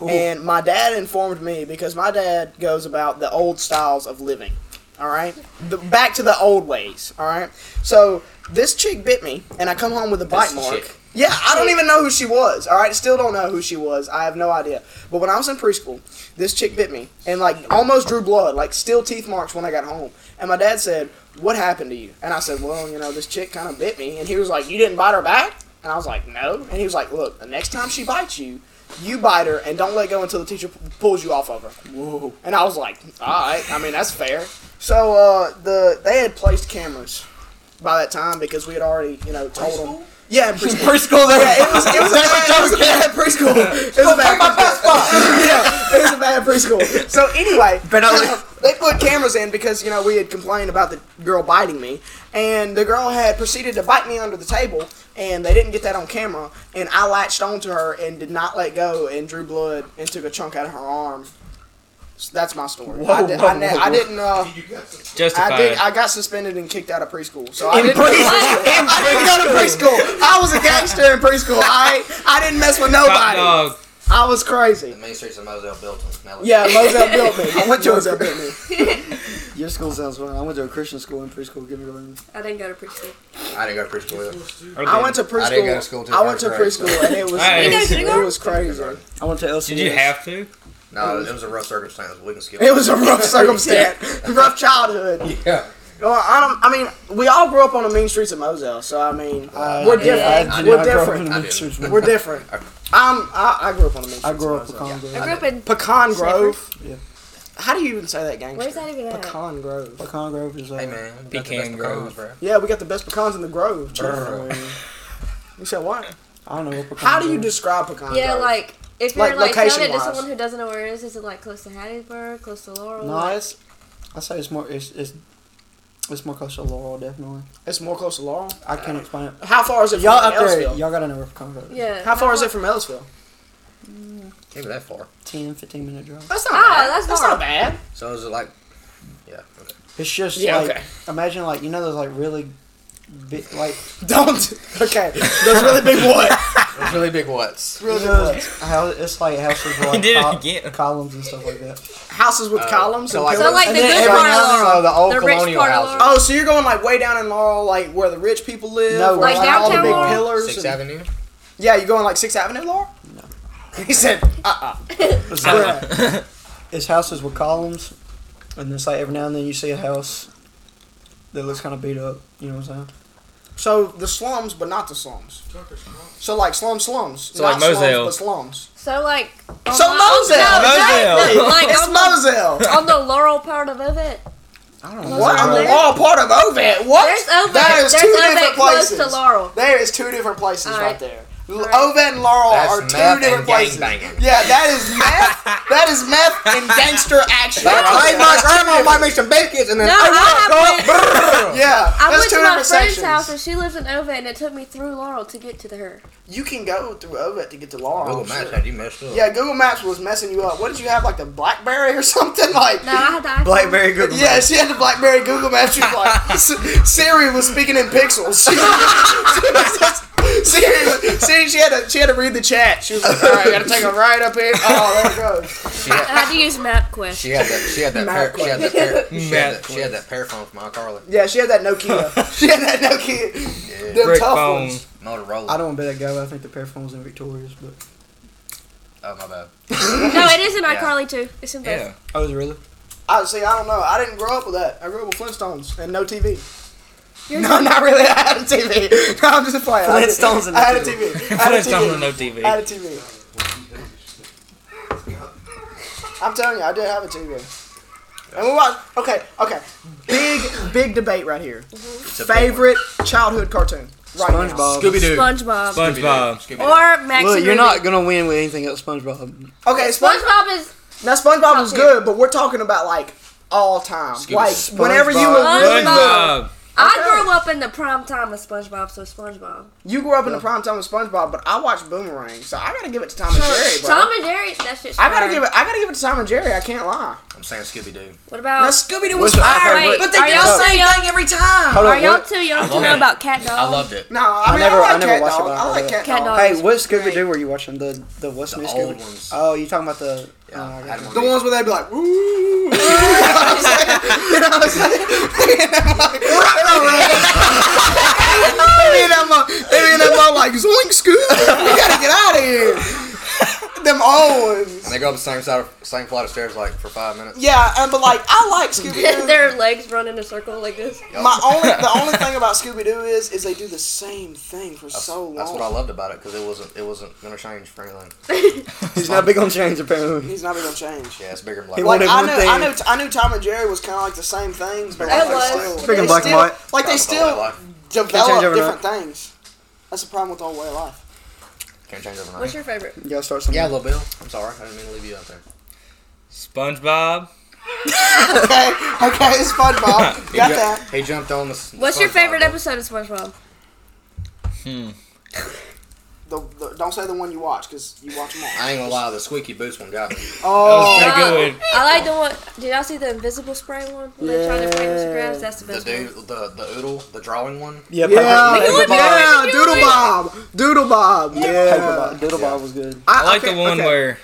Speaker 5: Ooh.
Speaker 2: And my dad informed me because my dad goes about the old styles of living. All right, the, back to the old ways. All right, so this chick bit me, and I come home with a bite
Speaker 3: This
Speaker 2: mark.
Speaker 3: chick.
Speaker 2: Yeah, I don't even know who she was. All right, still don't know who she was. I have no idea. But when I was in preschool, this chick bit me and like almost drew blood, like still teeth marks when I got home. And my dad said, "What happened to you?" And I said, "Well, you know, this chick kind of bit me." And he was like, "You didn't bite her back?" And I was like, "No." And he was like, "Look, the next time she bites you, you bite her and don't let go until the teacher p- pulls you off of her." Whoa. And I was like, "All right. I mean, that's fair." So uh, the they had placed cameras by that time because we had already, you know, told them. Yeah, in preschool.
Speaker 5: preschool there.
Speaker 2: Yeah, it was, it was, a, bad, it was a bad preschool. It was a bad preschool. yeah, it was a bad preschool. So anyway,
Speaker 5: But I-
Speaker 2: uh, they put cameras in because you know we had complained about the girl biting me, and the girl had proceeded to bite me under the table, and they didn't get that on camera, and I latched onto her and did not let go and drew blood and took a chunk out of her arm. So that's my story. I,
Speaker 5: Whoa,
Speaker 2: did,
Speaker 5: whoa,
Speaker 2: I, ne-
Speaker 5: whoa,
Speaker 2: I
Speaker 5: whoa.
Speaker 2: didn't. Uh,
Speaker 3: Justified.
Speaker 2: I did. I got suspended and kicked out of preschool. So I
Speaker 5: In
Speaker 2: didn't,
Speaker 5: preschool?
Speaker 2: I didn't go to preschool. I was a gangster in preschool. I I didn't mess with
Speaker 3: Top
Speaker 2: nobody.
Speaker 3: dog.
Speaker 2: I was crazy.
Speaker 1: The main streets of Moselle built them. Now look-
Speaker 2: Yeah, Moselle built me. I went to Moselle built me.
Speaker 5: Your school sounds fun. I went to a Christian school in preschool. Kindergarten.
Speaker 4: I didn't go to preschool.
Speaker 1: I didn't go to preschool either.
Speaker 2: I went to preschool.
Speaker 1: I didn't go to school till
Speaker 2: I went to
Speaker 1: third grade, so-
Speaker 2: preschool and it was
Speaker 3: Hey.
Speaker 2: it was,
Speaker 4: You didn't go to
Speaker 2: it was crazy.
Speaker 5: I went to LCS.
Speaker 3: Did you have to?
Speaker 1: No, it was a rough circumstance. We can skip.
Speaker 2: It was a rough circumstance, rough childhood.
Speaker 1: Yeah.
Speaker 2: Well, I don't. I mean, we all grew up on the mean streets of Moselle, so I mean,
Speaker 5: I
Speaker 2: we're
Speaker 5: did-
Speaker 2: different.
Speaker 5: Uh, I did
Speaker 2: We're
Speaker 5: not grow up
Speaker 2: different.
Speaker 5: in
Speaker 1: I
Speaker 5: the
Speaker 1: did.
Speaker 5: church.
Speaker 2: We're different. I'm. I, I grew up on the mean streets.
Speaker 5: I grew up
Speaker 2: of
Speaker 5: with
Speaker 2: Moselle.
Speaker 5: Congo.
Speaker 4: I grew up in.
Speaker 2: Pecan Grove.
Speaker 5: Yeah.
Speaker 2: How do you even say that gangster?
Speaker 4: Where's that even at?
Speaker 2: Pecan Grove.
Speaker 5: Pecan Grove is uh,
Speaker 1: Hey man, we got the
Speaker 3: Pecan
Speaker 1: best pecans,
Speaker 3: Grove.
Speaker 1: bro.
Speaker 2: Yeah, we got the best pecans in the Grove. too.
Speaker 1: Brr.
Speaker 2: You said what?
Speaker 5: I don't know. What pecan
Speaker 2: How do you
Speaker 5: Grove is.
Speaker 2: describe pecan
Speaker 4: Yeah,
Speaker 2: Grove?
Speaker 4: like if
Speaker 2: Like,
Speaker 4: you're like telling it to
Speaker 2: location-wise.
Speaker 4: someone who doesn't know where it is, is it like close to Hattiesburg, close to Laurel?
Speaker 5: No, it's. I say it's more. It's it's, it's more close to Laurel, definitely.
Speaker 2: it's more close to Laurel.
Speaker 5: I can't explain it.
Speaker 2: How far is it from
Speaker 5: Y'all up there,
Speaker 2: Uh, Ellisville?
Speaker 5: y'all gotta know where pecan Grove. is.
Speaker 4: yeah.
Speaker 2: How far is it from Ellisville?
Speaker 1: Can't be that far.
Speaker 5: 10, 15 minute drive.
Speaker 2: That's not
Speaker 4: Ah,
Speaker 2: bad.
Speaker 4: that's
Speaker 2: that's
Speaker 4: far.
Speaker 2: not bad.
Speaker 1: So is it like? Yeah. Okay.
Speaker 5: It's just
Speaker 2: Yeah,
Speaker 5: like
Speaker 2: okay.
Speaker 5: imagine like you know those like really, big like
Speaker 2: Don't. Okay. Those really big what?
Speaker 1: Those really big what's.
Speaker 5: you know, those house, it's like houses with like
Speaker 3: did it
Speaker 5: col-
Speaker 3: again.
Speaker 5: columns and stuff like that.
Speaker 2: Houses with
Speaker 1: Uh,
Speaker 2: columns.
Speaker 1: so
Speaker 2: and
Speaker 1: like-
Speaker 4: So
Speaker 2: pillars?
Speaker 4: like the
Speaker 5: And then
Speaker 4: good
Speaker 5: every
Speaker 4: part
Speaker 5: now
Speaker 4: of
Speaker 5: and
Speaker 4: Laurel,
Speaker 1: the old
Speaker 4: the rich
Speaker 1: colonial
Speaker 4: part of
Speaker 1: houses.
Speaker 4: Laurel.
Speaker 2: oh, so you're going like way down in Laurel, like where the rich people live,
Speaker 5: No,
Speaker 2: where,
Speaker 5: like
Speaker 2: all the
Speaker 5: downtown
Speaker 2: big
Speaker 5: Laurel?
Speaker 2: pillars.
Speaker 1: Sixth
Speaker 2: and-
Speaker 1: Avenue.
Speaker 2: Yeah, you going like Sixth Avenue, Laurel? No. He said, uh
Speaker 5: It's, like,
Speaker 2: Bruh.
Speaker 5: it's houses with columns, and it's like every now and then you see a house that looks kind of beat up. You know what I'm saying?
Speaker 2: So the slums, but not the slums. So like slum slums.
Speaker 3: So,
Speaker 2: not
Speaker 3: like, Moselle.
Speaker 2: Slums, but slums.
Speaker 4: So like. on
Speaker 2: So
Speaker 4: the-
Speaker 2: Moselle!
Speaker 4: Oh, No,
Speaker 3: Moselle!
Speaker 4: exactly. Like
Speaker 2: it's
Speaker 4: on the,
Speaker 2: Moselle.
Speaker 4: on the Laurel part of it.
Speaker 5: I don't know.
Speaker 2: What?
Speaker 4: Moselle.
Speaker 2: I'm
Speaker 5: bro.
Speaker 4: There-
Speaker 2: all part of Ovid. What?
Speaker 4: There's Ovid.
Speaker 2: That is
Speaker 4: There's
Speaker 2: two
Speaker 4: Ovid
Speaker 2: different
Speaker 4: close
Speaker 2: places.
Speaker 4: to Laurel.
Speaker 2: There is two different places
Speaker 4: All
Speaker 2: right.
Speaker 4: right.
Speaker 2: there. L- Ovet and Laurel
Speaker 1: That's
Speaker 2: are two
Speaker 1: meth
Speaker 2: different
Speaker 1: and
Speaker 2: places.
Speaker 1: gangbanging.
Speaker 2: Yeah, that is meth. that is meth and gangster action.
Speaker 1: Hey, my grandma might make some biscuits and then
Speaker 4: No, I have been,
Speaker 1: Oh,
Speaker 2: yeah,
Speaker 4: I
Speaker 2: that's
Speaker 4: went
Speaker 2: two
Speaker 4: to my
Speaker 2: different
Speaker 4: friend's
Speaker 2: sections.
Speaker 4: house and she lives in Ova, and it took me through Laurel to get to her.
Speaker 2: You can go through Ovet to get to Laurel.
Speaker 1: Google
Speaker 2: shit.
Speaker 1: Maps had you messed up.
Speaker 2: Yeah, Google Maps was messing you up. What did you have, like the BlackBerry or something? Like,
Speaker 4: No, I had to.
Speaker 5: Blackberry Google.
Speaker 2: yeah, she had the BlackBerry Google Maps. She was like, S- Siri was speaking in pixels. She Siri, Siri, she had to she had to read the chat. She was like, all right, gotta take a right up here. Oh, there it goes.
Speaker 1: She had,
Speaker 4: I had to use MapQuest.
Speaker 1: she had that. She had that. Pair, she had that. Pair, she, had that she had that pair phone from iCarly.
Speaker 2: Yeah, she had that Nokia. she had that Nokia.
Speaker 1: Yeah.
Speaker 2: Them
Speaker 3: Brick
Speaker 2: tough
Speaker 3: phone.
Speaker 2: ones.
Speaker 1: Motorola.
Speaker 5: I don't want to be that guy, but I think the paraphernalia was in Victoria's. But
Speaker 1: Oh my bad.
Speaker 4: No, it is in
Speaker 1: Yeah.
Speaker 4: iCarly too. It's in both.
Speaker 3: Yeah.
Speaker 5: oh, was it really?
Speaker 2: I see. I don't know. I didn't grow up with that. I grew up with Flintstones and no TV.
Speaker 4: You're-
Speaker 2: no, not really. I had a TV. No, I'm just playing. I did-
Speaker 5: Flintstones and no
Speaker 2: I had a
Speaker 5: TV.
Speaker 2: TV. I had a
Speaker 3: Flintstones
Speaker 2: TV.
Speaker 3: on no TV.
Speaker 2: I had a TV. I'm telling you, I did have a TV. And we watched. Okay, okay. Big, big debate right here.
Speaker 1: It's a big
Speaker 2: Favorite childhood cartoon. Right now.
Speaker 5: SpongeBob.
Speaker 1: one. Scooby-Doo.
Speaker 4: SpongeBob.
Speaker 1: Scooby-Doo.
Speaker 3: SpongeBob.
Speaker 1: Scooby-Doo.
Speaker 4: or Max.
Speaker 5: Look,
Speaker 4: and
Speaker 5: you're
Speaker 4: Ruby.
Speaker 5: not gonna win with anything else, SpongeBob.
Speaker 2: Okay, SpongeBob.
Speaker 4: SpongeBob is.
Speaker 2: Now SpongeBob was
Speaker 4: Okay.
Speaker 2: good, but we're talking about like all time.
Speaker 1: Scooby-
Speaker 2: like whenever you were
Speaker 4: SpongeBob.
Speaker 2: really little,
Speaker 3: SpongeBob.
Speaker 4: I grew up in the prime time of SpongeBob, so SpongeBob.
Speaker 2: you grew up in the prime time with SpongeBob, but I watched Boomerang, so I gotta give it to Tom and Jerry, bro.
Speaker 4: Tom and Jerry, that shit's
Speaker 2: I gotta
Speaker 4: fire.
Speaker 2: give it. I gotta give it to Tom and Jerry. I can't lie.
Speaker 1: I'm saying Scooby-Doo.
Speaker 4: What about?
Speaker 2: Now Scooby Doo was
Speaker 5: What's your
Speaker 2: fire,
Speaker 4: favorite?
Speaker 2: but they
Speaker 4: Oh. Are
Speaker 2: did
Speaker 4: y'all
Speaker 2: the same
Speaker 4: saying-
Speaker 2: thing every time.
Speaker 5: Hold
Speaker 4: Are
Speaker 5: on.
Speaker 4: y'all
Speaker 5: What,
Speaker 4: too young to
Speaker 1: love
Speaker 4: know
Speaker 1: it.
Speaker 4: about Cat Dog?
Speaker 1: I loved it.
Speaker 2: No, I, mean,
Speaker 5: never-
Speaker 2: I like
Speaker 5: I never
Speaker 2: Cat
Speaker 5: watched it,
Speaker 2: Dog.
Speaker 5: but I
Speaker 2: I like
Speaker 5: love
Speaker 2: Cat,
Speaker 5: it.
Speaker 4: Cat
Speaker 2: Dog.
Speaker 4: Dog.
Speaker 5: hey, what
Speaker 4: was great.
Speaker 5: Scooby Doo were you watching? The the what's
Speaker 1: The
Speaker 5: new
Speaker 1: old
Speaker 5: Scooby?
Speaker 1: ones.
Speaker 5: Oh, you talking about the?
Speaker 1: Yeah,
Speaker 5: oh, I
Speaker 1: I
Speaker 5: got
Speaker 1: had one of
Speaker 5: you.
Speaker 2: The
Speaker 1: these.
Speaker 2: ones where they'd be like, ooh. you know what I'm saying? They be in that mo- they be in that mo- like, zoink, Scooby. We gotta get out of here. Them old ones.
Speaker 1: And they go up the same side, of, same flight of stairs like for five minutes.
Speaker 2: Yeah, and, but like, I like Scooby Doo.
Speaker 4: Their legs run in a circle like this.
Speaker 2: My only, the only thing about Scooby Doo is, is they do the same thing for
Speaker 1: That's,
Speaker 2: so long.
Speaker 1: that's what I loved about it because it wasn't it wasn't gonna change for anything.
Speaker 5: He's not big on change apparently.
Speaker 2: He's never gonna change.
Speaker 1: Yeah, it's bigger than
Speaker 5: He
Speaker 1: black.
Speaker 2: Like
Speaker 5: wanted
Speaker 2: I
Speaker 5: one
Speaker 2: knew,
Speaker 5: thing.
Speaker 2: I knew, I knew Tom and Jerry was kind of like the same things, but like,
Speaker 4: It
Speaker 2: they
Speaker 4: was.
Speaker 2: still,
Speaker 4: Speaking
Speaker 2: they
Speaker 5: of black and
Speaker 2: still-
Speaker 5: white.
Speaker 2: like they
Speaker 1: Black and
Speaker 2: still
Speaker 1: white.
Speaker 5: change
Speaker 2: develop
Speaker 5: overnight.
Speaker 2: different things. That's the problem with the old way of life.
Speaker 1: Can't change
Speaker 4: What's
Speaker 1: overnight.
Speaker 4: your favorite?
Speaker 5: You gotta start something.
Speaker 1: yeah, little Bill. I'm sorry, I didn't mean to leave you out there.
Speaker 3: SpongeBob.
Speaker 2: Okay, okay, it's SpongeBob.
Speaker 1: He
Speaker 2: Got
Speaker 1: ju-
Speaker 2: that?
Speaker 1: He jumped on the. s-
Speaker 4: What's your
Speaker 1: SpongeBob,
Speaker 4: favorite
Speaker 1: though.
Speaker 4: episode of SpongeBob?
Speaker 2: The, the, don't say the one you watch because you watch them all.
Speaker 1: I ain't gonna lie, the squeaky boots one got me.
Speaker 2: Oh,
Speaker 3: Pretty
Speaker 4: Uh,
Speaker 3: good.
Speaker 4: I like the one. Did y'all see the invisible spray one? When they trying to fight Mr. Krabs, that's the
Speaker 1: The
Speaker 4: best
Speaker 1: dude,
Speaker 4: one.
Speaker 1: the the oodle, the drawing one.
Speaker 5: Yeah,
Speaker 2: yeah,
Speaker 5: Piper-
Speaker 4: Doodle Bob.
Speaker 2: yeah, Doodle Bob, Doodle Bob,
Speaker 5: Piper
Speaker 2: yeah.
Speaker 5: Bob- Doodle
Speaker 1: Yeah.
Speaker 5: Bob was good.
Speaker 3: I like the
Speaker 2: okay,
Speaker 3: one
Speaker 2: okay.
Speaker 3: where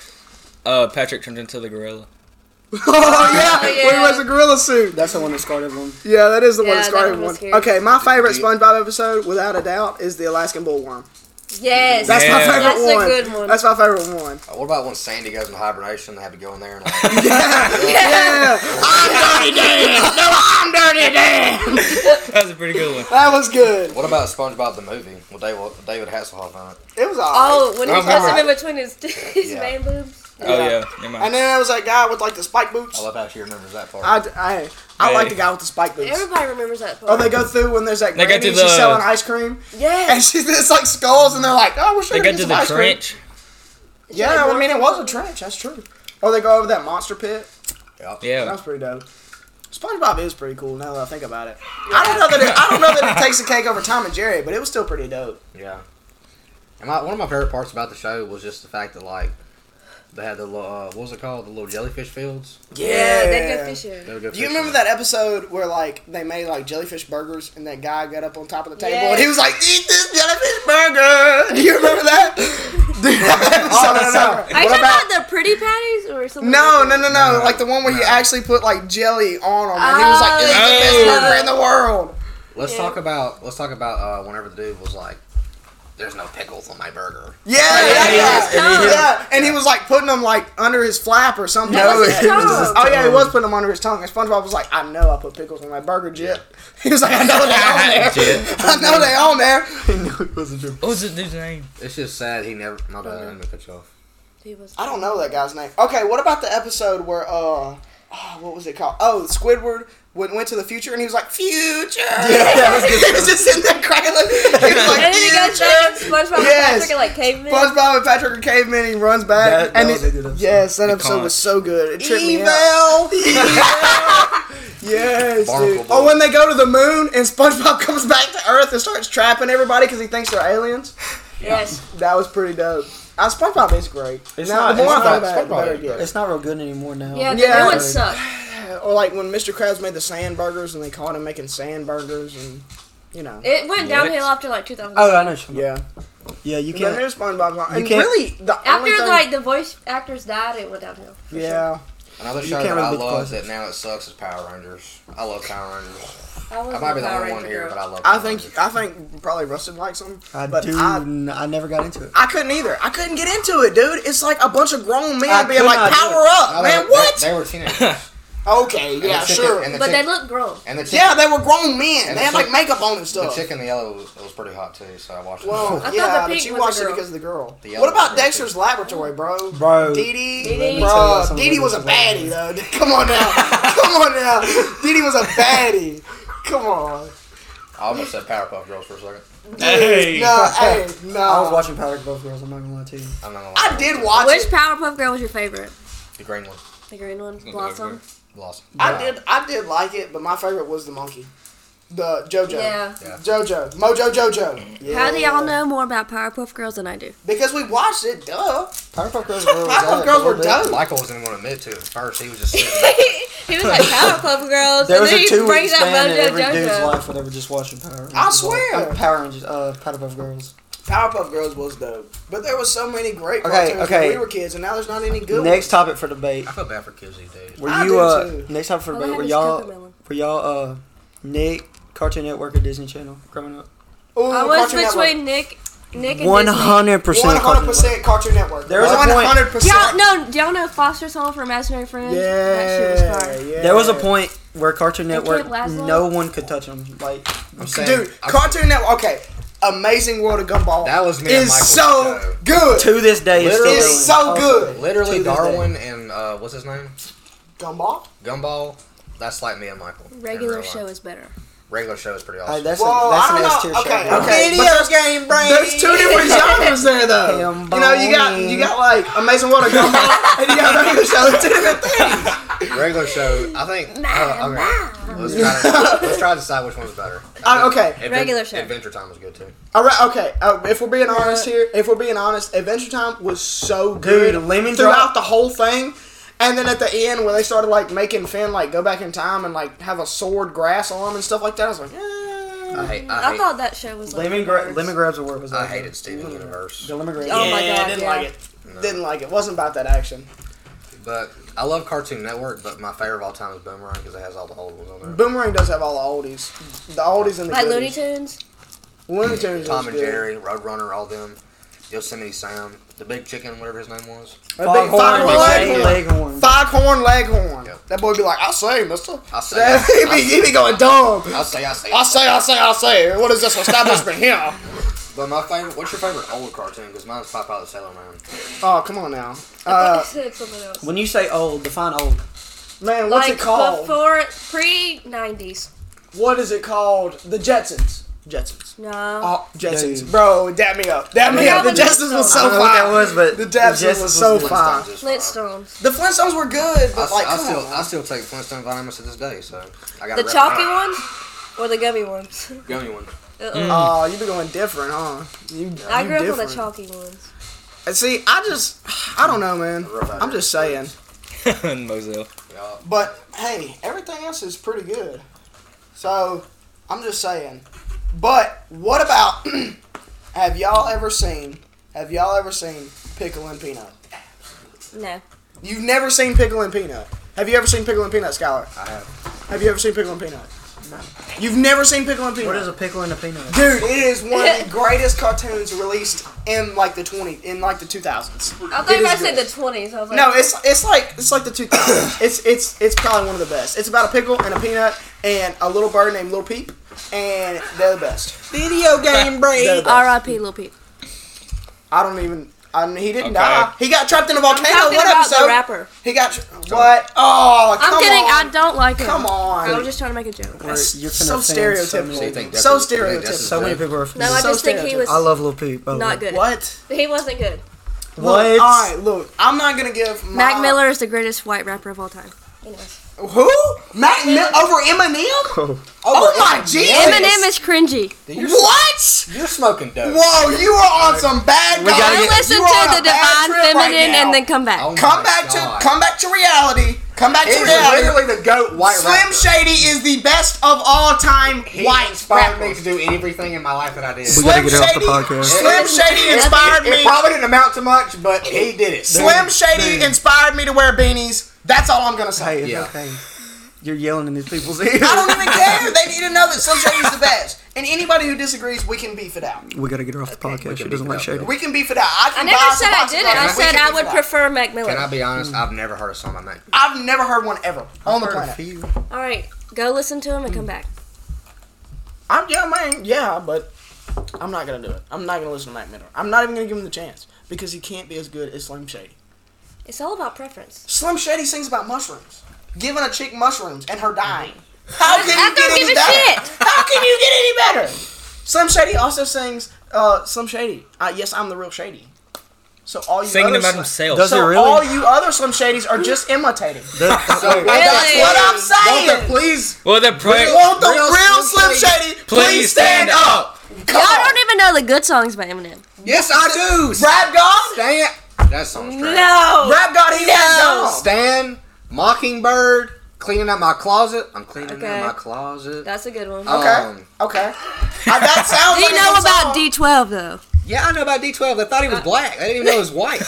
Speaker 3: uh, Patrick turned into the gorilla.
Speaker 2: oh yeah,
Speaker 4: Oh,
Speaker 2: where he
Speaker 4: yeah.
Speaker 2: wears a gorilla suit.
Speaker 5: That's the one that scarred everyone.
Speaker 2: Yeah, that is the one
Speaker 4: Yeah,
Speaker 2: that's
Speaker 4: that
Speaker 2: Scarlet
Speaker 4: one was
Speaker 2: one.
Speaker 4: scary.
Speaker 2: Okay, my favorite
Speaker 1: Do you-
Speaker 2: SpongeBob episode, without a doubt, is the Alaskan bullworm.
Speaker 4: Yes.
Speaker 2: That's my
Speaker 3: Yeah.
Speaker 2: favorite
Speaker 4: That's a
Speaker 2: one.
Speaker 4: good one.
Speaker 2: That's my favorite one.
Speaker 1: Uh, What about when Sandy goes into hibernation? They have to go in there and like,
Speaker 2: Yeah, I'm dirty Dan. No, I'm dirty Dan.
Speaker 3: That was a pretty good one.
Speaker 2: That was good.
Speaker 1: What about SpongeBob the movie with David, David Hasselhoff on it?
Speaker 2: It was all.
Speaker 4: oh, when he
Speaker 1: I
Speaker 4: puts him
Speaker 1: remember-
Speaker 4: in between his, his
Speaker 1: Yeah.
Speaker 4: man boobs.
Speaker 3: Oh yeah, never
Speaker 2: And
Speaker 3: mind.
Speaker 2: then there was that guy with like the spike boots.
Speaker 1: I love how she remembers that part.
Speaker 2: I, I, I
Speaker 3: Hey.
Speaker 2: like the guy with the spike boots.
Speaker 4: Everybody remembers that part.
Speaker 2: Oh, they go through when there's that
Speaker 3: They go
Speaker 2: granny,
Speaker 3: to
Speaker 2: she's
Speaker 3: the-
Speaker 2: selling ice cream, and
Speaker 4: Yes.
Speaker 2: she's it's like skulls, and they're like, "Oh, we're sure
Speaker 3: They
Speaker 2: to
Speaker 3: got
Speaker 2: get
Speaker 3: to
Speaker 2: some
Speaker 3: the
Speaker 2: ice cream."
Speaker 3: trench.
Speaker 2: Yeah, well, I mean, it was a trench. That's true. Or they go over that monster pit. That
Speaker 3: Yeah.
Speaker 2: was pretty dope. SpongeBob is pretty cool now that I think about it. I don't know that it, I don't know that it takes the cake over Tom and Jerry, but it was still pretty dope.
Speaker 1: Yeah. And my, one of my favorite parts about the show was just the fact that like they had the little, uh, what was it called? The little jellyfish fields.
Speaker 4: Yeah, they go fishing.
Speaker 1: They would go
Speaker 2: Do you
Speaker 1: fishing.
Speaker 2: remember that episode where like they made like jellyfish burgers and that guy got up on top of the table
Speaker 4: Yes.
Speaker 2: and he was like, "Eat this jellyfish burger"? Do you remember that? Dude, that
Speaker 5: Oh,
Speaker 2: episode-
Speaker 5: no.
Speaker 4: Are you
Speaker 2: What
Speaker 4: talking
Speaker 2: about-
Speaker 4: about the pretty patties or something?
Speaker 2: No,
Speaker 4: like
Speaker 2: no,
Speaker 4: that?
Speaker 2: no, no. Like the one where he actually put like jelly on him, and he was like, "This is the best
Speaker 3: Oh.
Speaker 2: burger in the world."
Speaker 1: Let's
Speaker 4: Yeah.
Speaker 1: talk about let's talk about uh, whenever the dude was like, "There's no pickles on my burger."
Speaker 2: Yeah, yeah, yeah,
Speaker 4: he was
Speaker 2: yeah.
Speaker 4: dumb.
Speaker 2: And he was like putting them like under his flap or something.
Speaker 4: That was his tongue.
Speaker 2: oh yeah, he was putting them under his tongue. And SpongeBob was like, "I know I put pickles on my burger, Jip." He was like, "I know they on there.
Speaker 3: Jip.
Speaker 2: I know they on there."
Speaker 5: no, it wasn't true.
Speaker 3: What was the dude's name?
Speaker 1: It's just sad he never. My bad. I'm gonna cut you off.
Speaker 4: He was.
Speaker 2: I don't know that guy's name. Okay, what about the episode where uh oh, what was it called? Oh, Squidward went, went to the future and he was like, Future!
Speaker 5: Yeah, that was good
Speaker 2: he was just sitting there crying. Like, he was like,
Speaker 4: and then he goes back and
Speaker 2: Future!
Speaker 4: SpongeBob
Speaker 2: Yes.
Speaker 4: yes. and Patrick are like cavemen.
Speaker 2: SpongeBob and Patrick are cavemen. He runs back.
Speaker 5: That- that
Speaker 2: and
Speaker 5: was
Speaker 2: it-
Speaker 5: a good episode.
Speaker 2: Yes, that
Speaker 3: The
Speaker 2: episode
Speaker 3: con.
Speaker 2: was so good. It tripped me out.
Speaker 5: Evil.
Speaker 2: Yes,
Speaker 1: Barnacle
Speaker 2: dude.
Speaker 1: Boy.
Speaker 2: Oh, when they go to the moon and SpongeBob comes back to Earth and starts trapping everybody because he thinks they're aliens.
Speaker 4: Yes.
Speaker 2: That was pretty dope. Uh, SpongeBob is great.
Speaker 5: It's
Speaker 2: now,
Speaker 5: not-
Speaker 2: the more
Speaker 5: it's
Speaker 2: I
Speaker 5: not-
Speaker 2: think about it,
Speaker 1: SpongeBob
Speaker 2: the better it
Speaker 5: It's not real good anymore now.
Speaker 4: Yeah,
Speaker 2: Yeah.
Speaker 1: Oh,
Speaker 4: that one sucked.
Speaker 2: gets. Or like when Mr. Krabs made the sand burgers and they caught him making sand burgers and you know.
Speaker 4: It went downhill after like 2000.
Speaker 5: Oh, I know. what you're talking about.
Speaker 2: yeah,
Speaker 5: Yeah, you
Speaker 2: you
Speaker 5: can't.
Speaker 2: can't. There's SpongeBob. on-
Speaker 5: you
Speaker 2: And
Speaker 5: can't-
Speaker 2: really, the only
Speaker 4: After
Speaker 2: thing-
Speaker 4: like the voice actors died, it went downhill. for
Speaker 2: yeah,
Speaker 1: Another
Speaker 5: You
Speaker 1: show that
Speaker 5: can't really
Speaker 1: I
Speaker 5: beat the
Speaker 1: love that
Speaker 5: classics.
Speaker 1: now it sucks is Power Rangers. I love Power Rangers.
Speaker 4: Sure. I, was
Speaker 1: I might be the only one here, but I love.
Speaker 2: I
Speaker 1: Power
Speaker 2: think
Speaker 1: Rangers.
Speaker 2: I think probably Rustin likes them.
Speaker 5: I
Speaker 2: but
Speaker 5: do.
Speaker 2: I-
Speaker 5: n- I, never got into it.
Speaker 2: I couldn't either. I couldn't get into it, dude. It's like a bunch of grown men
Speaker 5: I
Speaker 2: being
Speaker 5: could
Speaker 2: like,
Speaker 5: not do
Speaker 2: "Power
Speaker 5: it.
Speaker 2: up,
Speaker 1: No, they-
Speaker 2: uh, man!"
Speaker 1: they-
Speaker 2: What?
Speaker 1: They were teenagers.
Speaker 2: okay,
Speaker 1: And the
Speaker 2: yeah,
Speaker 1: chicken-
Speaker 2: sure.
Speaker 1: and the
Speaker 4: But they
Speaker 1: chick-
Speaker 4: look grown.
Speaker 1: And the chick,
Speaker 2: Yeah, they were grown men.
Speaker 1: And
Speaker 2: They had
Speaker 1: the
Speaker 2: like
Speaker 1: chick-
Speaker 2: makeup on and
Speaker 1: the
Speaker 2: stuff.
Speaker 1: chick in the yellow was, was pretty hot too. So I watched. it.
Speaker 2: Whoa,
Speaker 4: I thought
Speaker 2: yeah,
Speaker 4: the pink
Speaker 2: but you
Speaker 4: was a
Speaker 2: watched it
Speaker 4: girl.
Speaker 2: because of the girl.
Speaker 1: The yellow
Speaker 2: what about
Speaker 1: was a
Speaker 2: Dexter's Laboratory, bro?
Speaker 5: Bro.
Speaker 2: Dee Dee,
Speaker 4: Dee Dee.
Speaker 2: bro,
Speaker 5: Let me tell you
Speaker 2: Dee Dee was a
Speaker 5: something about
Speaker 2: baddie though. Come on now, come on now. Dee Dee was a baddie. Come on.
Speaker 1: I almost said Powerpuff Girls for a second.
Speaker 3: Hey.
Speaker 2: No, hey,
Speaker 5: I was
Speaker 2: no.
Speaker 5: watching Power Girls. I'm not gonna lie to you.
Speaker 1: I'm not gonna lie.
Speaker 2: I did watch
Speaker 4: Which
Speaker 2: it.
Speaker 4: Powerpuff Girl was your favorite?
Speaker 1: the green one.
Speaker 4: The green one,
Speaker 3: go
Speaker 4: Blossom.
Speaker 3: everywhere.
Speaker 1: Blossom.
Speaker 2: I did. I did like it, but my favorite was the monkey, the JoJo.
Speaker 4: Yeah.
Speaker 1: Yeah.
Speaker 2: JoJo, Mojo JoJo. Yeah.
Speaker 4: How do y'all know more about Powerpuff Girls than I do?
Speaker 2: Because we watched it, duh.
Speaker 5: Powerpuff Girls were.
Speaker 2: Powerpuff Girls were dope.
Speaker 1: Michael was not want to admit to it at first. He was just sitting there.
Speaker 4: he was like Powerpuff Girls,
Speaker 5: There
Speaker 4: and
Speaker 5: was
Speaker 4: then
Speaker 5: a
Speaker 4: he
Speaker 5: two week
Speaker 4: brings up
Speaker 5: span in
Speaker 4: Mojo
Speaker 5: every dude's
Speaker 4: Jojo.
Speaker 5: life where they were just watching Power Rangers.
Speaker 2: I swear.
Speaker 5: Uh, Power Rangers, uh, Powerpuff Girls.
Speaker 2: Powerpuff Girls was dope, but there was so many great
Speaker 5: Okay,
Speaker 2: cartoons
Speaker 5: okay.
Speaker 2: when we were kids, and now there's not any good.
Speaker 5: Next topic for debate.
Speaker 1: I feel bad for kids these days.
Speaker 5: Were
Speaker 2: I
Speaker 5: you
Speaker 2: do
Speaker 5: uh?
Speaker 2: too.
Speaker 5: Next topic for
Speaker 4: All I
Speaker 5: debate.
Speaker 4: have
Speaker 5: Were
Speaker 4: is
Speaker 5: y'all?
Speaker 4: Cocomelon.
Speaker 5: Were y'all uh? Nick, Cartoon Network or Disney Channel growing up?
Speaker 2: Ooh,
Speaker 4: I was
Speaker 2: Cartoon Network.
Speaker 4: between Nick, Nick and
Speaker 5: One
Speaker 4: Disney.
Speaker 5: hundred percent.
Speaker 2: One hundred percent Cartoon Network.
Speaker 5: There was a
Speaker 2: one
Speaker 5: point-
Speaker 2: hundred percent.
Speaker 4: Y'all no, y'all know Foster's Home for Imaginary Friends. that shit was fire.
Speaker 5: There was a point where Cartoon Network,
Speaker 4: can't last long.
Speaker 5: no one could touch them. Like,
Speaker 1: I'm saying,
Speaker 2: dude.
Speaker 1: I'm-
Speaker 2: Cartoon Network. Okay, Amazing World of Gumball.
Speaker 1: That was me and
Speaker 2: is
Speaker 1: Michael's
Speaker 2: so
Speaker 1: show.
Speaker 2: good.
Speaker 5: to this day, it's still
Speaker 1: Literally-
Speaker 2: It's so
Speaker 5: awesome.
Speaker 2: good.
Speaker 1: Literally
Speaker 5: To this
Speaker 1: Darwin and uh, what's his name?
Speaker 2: Gumball.
Speaker 1: Gumball. That's like me and Michael. in
Speaker 4: Regular
Speaker 1: real life.
Speaker 4: show is better.
Speaker 1: Regular show is pretty
Speaker 5: All right,
Speaker 1: awesome.
Speaker 5: that's a-
Speaker 2: Whoa,
Speaker 5: that's
Speaker 2: I
Speaker 5: an
Speaker 2: don't
Speaker 5: S tier
Speaker 2: know.
Speaker 5: show.
Speaker 2: Okay,
Speaker 5: bro.
Speaker 2: okay. Video But-
Speaker 5: game brain.
Speaker 2: There's two different genres there, though. You know, you got you got like Amazing World of Gumball, and you got regular show. They're Two different things.
Speaker 1: Regular show. I think. Uh, okay. Let's try, to, let's try to decide which one's better.
Speaker 2: Uh, okay,
Speaker 1: Adven-
Speaker 4: Regular show.
Speaker 1: Adventure Time was good too.
Speaker 2: All right, okay. Uh, if we're being honest here, if we're being honest, Adventure Time was so good
Speaker 5: Dude, Lemon
Speaker 2: throughout
Speaker 5: Drop-
Speaker 2: the whole thing, and then at the end where they started like making Finn like go back in time and like have a sword grass on him and stuff like that, I was like, eh.
Speaker 1: I hate. I,
Speaker 4: I
Speaker 1: hate,
Speaker 4: thought that show was like
Speaker 5: Lemon, gra- lemon grabs a word was.
Speaker 1: I
Speaker 5: awesome.
Speaker 1: hated Steven Universe,
Speaker 5: The lemon grabs.
Speaker 4: Oh my
Speaker 2: Yeah,
Speaker 4: God,
Speaker 2: didn't
Speaker 4: yeah.
Speaker 2: like it. Didn't like it. Wasn't about that action.
Speaker 1: but I love Cartoon Network. But my favorite of all time is Boomerang because it has all the old ones on there.
Speaker 2: Boomerang does have all the oldies, the oldies and the
Speaker 4: like Looney
Speaker 2: goodies.
Speaker 4: Tunes.
Speaker 2: Looney Tunes.
Speaker 1: Tom
Speaker 2: was
Speaker 1: and
Speaker 2: good.
Speaker 1: Jerry, Roadrunner, all them. Yosemite Sam, the big chicken, whatever his name was.
Speaker 2: That big Foghorn Leghorn.
Speaker 5: Foghorn, leghorn.
Speaker 2: Foghorn Leghorn.
Speaker 1: Yep.
Speaker 2: That boy be like, I say, Mister.
Speaker 1: I say, I
Speaker 2: That-
Speaker 1: say,
Speaker 2: he be he be going dumb.
Speaker 1: I say, I say.
Speaker 2: I say, I say, I say. What is this establishment here?
Speaker 1: But my favorite, what's your favorite old cartoon? Because mine's Popeye the Sailor Man.
Speaker 2: Oh, come on now.
Speaker 4: I
Speaker 2: Uh,
Speaker 4: thought you said something else.
Speaker 5: When you say old, define old.
Speaker 2: man, what's
Speaker 4: Like
Speaker 2: it called?
Speaker 4: before pre nineties.
Speaker 2: What is it called? The Jetsons. Jetsons.
Speaker 4: No.
Speaker 2: Oh, Jetsons.
Speaker 5: Dude.
Speaker 2: Bro, dap me up. Dap me
Speaker 4: Yeah,
Speaker 2: up. The
Speaker 4: but the
Speaker 2: Jetsons was
Speaker 4: Flintstones.
Speaker 2: so
Speaker 5: I don't know what that
Speaker 2: fine.
Speaker 5: was, but
Speaker 2: The Jetsons was so
Speaker 5: good.
Speaker 2: fine.
Speaker 1: is fire.
Speaker 4: Flintstones.
Speaker 2: The Flintstones were good,
Speaker 1: I,
Speaker 2: but like,
Speaker 1: I
Speaker 2: come
Speaker 1: still,
Speaker 2: on.
Speaker 1: I still take Flintstone vitamins to this day. So I got
Speaker 4: The chalky one or the gummy ones?
Speaker 1: gummy one.
Speaker 4: Uh-uh.
Speaker 2: Oh, you be going different, huh? You,
Speaker 4: I
Speaker 2: you
Speaker 4: grew up on
Speaker 2: different.
Speaker 4: the chalky ones.
Speaker 2: And See, I just, I don't know, man.
Speaker 1: Rough out
Speaker 2: I'm
Speaker 1: here.
Speaker 2: just saying.
Speaker 3: And Moselle.
Speaker 1: Yeah.
Speaker 2: But hey, everything else is pretty good. So I'm just saying. But what about? have y'all ever seen? Have y'all ever seen Pickle and Peanut?
Speaker 4: No.
Speaker 2: You've never seen Pickle and Peanut. Have you ever seen Pickle and Peanut, Skylar?
Speaker 1: I have.
Speaker 2: Have you ever seen Pickle and Peanut? You've never seen Pickle and Peanut.
Speaker 5: What is a pickle and a peanut?
Speaker 2: Dude, it is one of the greatest cartoons released in like the twenty, in like the two thousands.
Speaker 4: I thought you
Speaker 2: is
Speaker 4: guys said
Speaker 2: good.
Speaker 4: the twenties. I was like,
Speaker 2: No, it's it's like it's like the two thousands. it's it's it's probably one of the best. It's about a pickle and a peanut and a little bird named Little Peep, and they're the best.
Speaker 5: Video game brain.
Speaker 2: They're the best.
Speaker 4: R.I.P. Lil Peep.
Speaker 2: I don't even. I, he didn't
Speaker 3: Okay.
Speaker 2: die. He got trapped in a volcano.
Speaker 4: talking
Speaker 2: What
Speaker 4: about
Speaker 2: episode?
Speaker 4: the rapper.
Speaker 2: He got tra- what? Oh,
Speaker 4: I'm
Speaker 2: come
Speaker 4: kidding.
Speaker 2: on.
Speaker 4: I don't like him.
Speaker 2: Come on.
Speaker 4: I was just trying to make a joke.
Speaker 2: That's
Speaker 5: You're
Speaker 2: so
Speaker 5: gonna offend so
Speaker 2: stereotypical.
Speaker 5: many-
Speaker 1: So you think
Speaker 2: so
Speaker 1: that's- you think that's
Speaker 2: stereotypical.
Speaker 5: So many
Speaker 1: Right.
Speaker 5: people are.
Speaker 4: No, I
Speaker 2: so
Speaker 4: just think he was
Speaker 5: I love Lil Peep. by the
Speaker 4: not
Speaker 5: way.
Speaker 4: good.
Speaker 2: What?
Speaker 4: He wasn't good.
Speaker 5: What?
Speaker 2: Look, all right, look. I'm not gonna give my,
Speaker 4: Mac Miller is the greatest white rapper of all time. Anyways.
Speaker 2: Who? Mac Miller over Eminem?
Speaker 5: Oh.
Speaker 2: Oh my Jesus!
Speaker 4: Eminem is cringy.
Speaker 1: You're,
Speaker 2: What?
Speaker 1: you're smoking dope.
Speaker 2: Whoa, you are on some bad
Speaker 5: We
Speaker 2: guys.
Speaker 5: gotta
Speaker 4: Go
Speaker 5: get-
Speaker 4: listen
Speaker 2: You are on a
Speaker 4: to
Speaker 2: bad
Speaker 4: the Divine
Speaker 2: trip right
Speaker 4: Feminine
Speaker 2: now.
Speaker 4: and then come back.
Speaker 1: Oh my
Speaker 2: Come back
Speaker 1: God.
Speaker 2: to come back to reality. Come back to
Speaker 1: He's
Speaker 2: reality.
Speaker 1: literally the goat white
Speaker 2: Slim
Speaker 1: rapper.
Speaker 2: Shady is the best of all time
Speaker 1: He
Speaker 2: white
Speaker 1: inspired me to
Speaker 2: rappers.
Speaker 1: do everything in my life that I did.
Speaker 5: We gotta
Speaker 2: Slim
Speaker 5: get it off the
Speaker 2: Shady,
Speaker 5: podcast.
Speaker 2: Slim Shady inspired
Speaker 1: It
Speaker 2: me.
Speaker 1: probably didn't amount to much, but he did it.
Speaker 2: Slim Shady inspired me to wear beanies. That's all I'm gonna
Speaker 5: Hey,
Speaker 2: say.
Speaker 5: it's
Speaker 1: Yeah.
Speaker 5: okay. You're yelling in these people's ears.
Speaker 2: I don't even care. They need to know that Slim Shady's the best. And anybody who disagrees, we can beef it out.
Speaker 5: We gotta get her off the podcast. She doesn't like shady.
Speaker 2: We can beef it out. I,
Speaker 4: I
Speaker 2: can
Speaker 4: never
Speaker 2: buy
Speaker 4: said
Speaker 2: some
Speaker 4: I
Speaker 2: boxes
Speaker 4: didn't.
Speaker 2: of
Speaker 4: I
Speaker 2: them. We
Speaker 4: said
Speaker 2: can
Speaker 4: I
Speaker 2: beef
Speaker 4: would
Speaker 2: it out.
Speaker 4: prefer Mac Miller.
Speaker 1: Can I be honest? I've never heard a song by Mac.
Speaker 2: I've never heard one ever on the planet.
Speaker 4: All right, go listen to him and
Speaker 2: Mm.
Speaker 4: come back.
Speaker 2: I'm yeah, man, yeah, but I'm not gonna do it. I'm not gonna listen to Mac Miller. I'm not even gonna give him the chance because he can't be as good as Slim Shady.
Speaker 4: It's all about preference.
Speaker 2: Slim Shady sings about mushrooms, giving a chick mushrooms and her dying. How can
Speaker 4: Mm-hmm. I
Speaker 2: you get
Speaker 4: don't
Speaker 2: any
Speaker 4: give a
Speaker 2: better?
Speaker 4: shit.
Speaker 2: How can you get any better? Slim Shady also sings uh, Slim Shady. Uh, yes, I'm the real Shady. So all you
Speaker 3: Singing
Speaker 2: other
Speaker 3: about
Speaker 2: Slim-
Speaker 3: himself.
Speaker 5: Does-
Speaker 2: So
Speaker 5: it really?
Speaker 2: all you other Slim Shadys are just imitating.
Speaker 1: So,
Speaker 4: Really?
Speaker 2: That's what I'm saying.
Speaker 1: please,
Speaker 3: well, they're
Speaker 2: You
Speaker 3: playing.
Speaker 2: want the real,
Speaker 1: Real
Speaker 2: Slim
Speaker 1: Slim
Speaker 2: Shady? Please stand up. Come
Speaker 4: Y'all
Speaker 2: on.
Speaker 4: don't even know the good songs by Eminem.
Speaker 1: Yes, I do.
Speaker 2: Rap God?
Speaker 1: Stand. That song's trash.
Speaker 4: No.
Speaker 2: Rap God, he has gone.
Speaker 1: Stand. Mockingbird. Cleaning out my closet. I'm cleaning
Speaker 4: Okay.
Speaker 1: out my closet.
Speaker 4: That's a good one.
Speaker 1: Oh.
Speaker 2: Okay.
Speaker 1: Um,
Speaker 2: Okay. Uh, that sounds
Speaker 4: Do
Speaker 2: like
Speaker 4: you
Speaker 2: a
Speaker 4: know
Speaker 2: good song.
Speaker 4: about D12 though?
Speaker 1: Yeah, I know about D12. I thought he was
Speaker 2: Uh,
Speaker 1: black. I didn't even know he was white.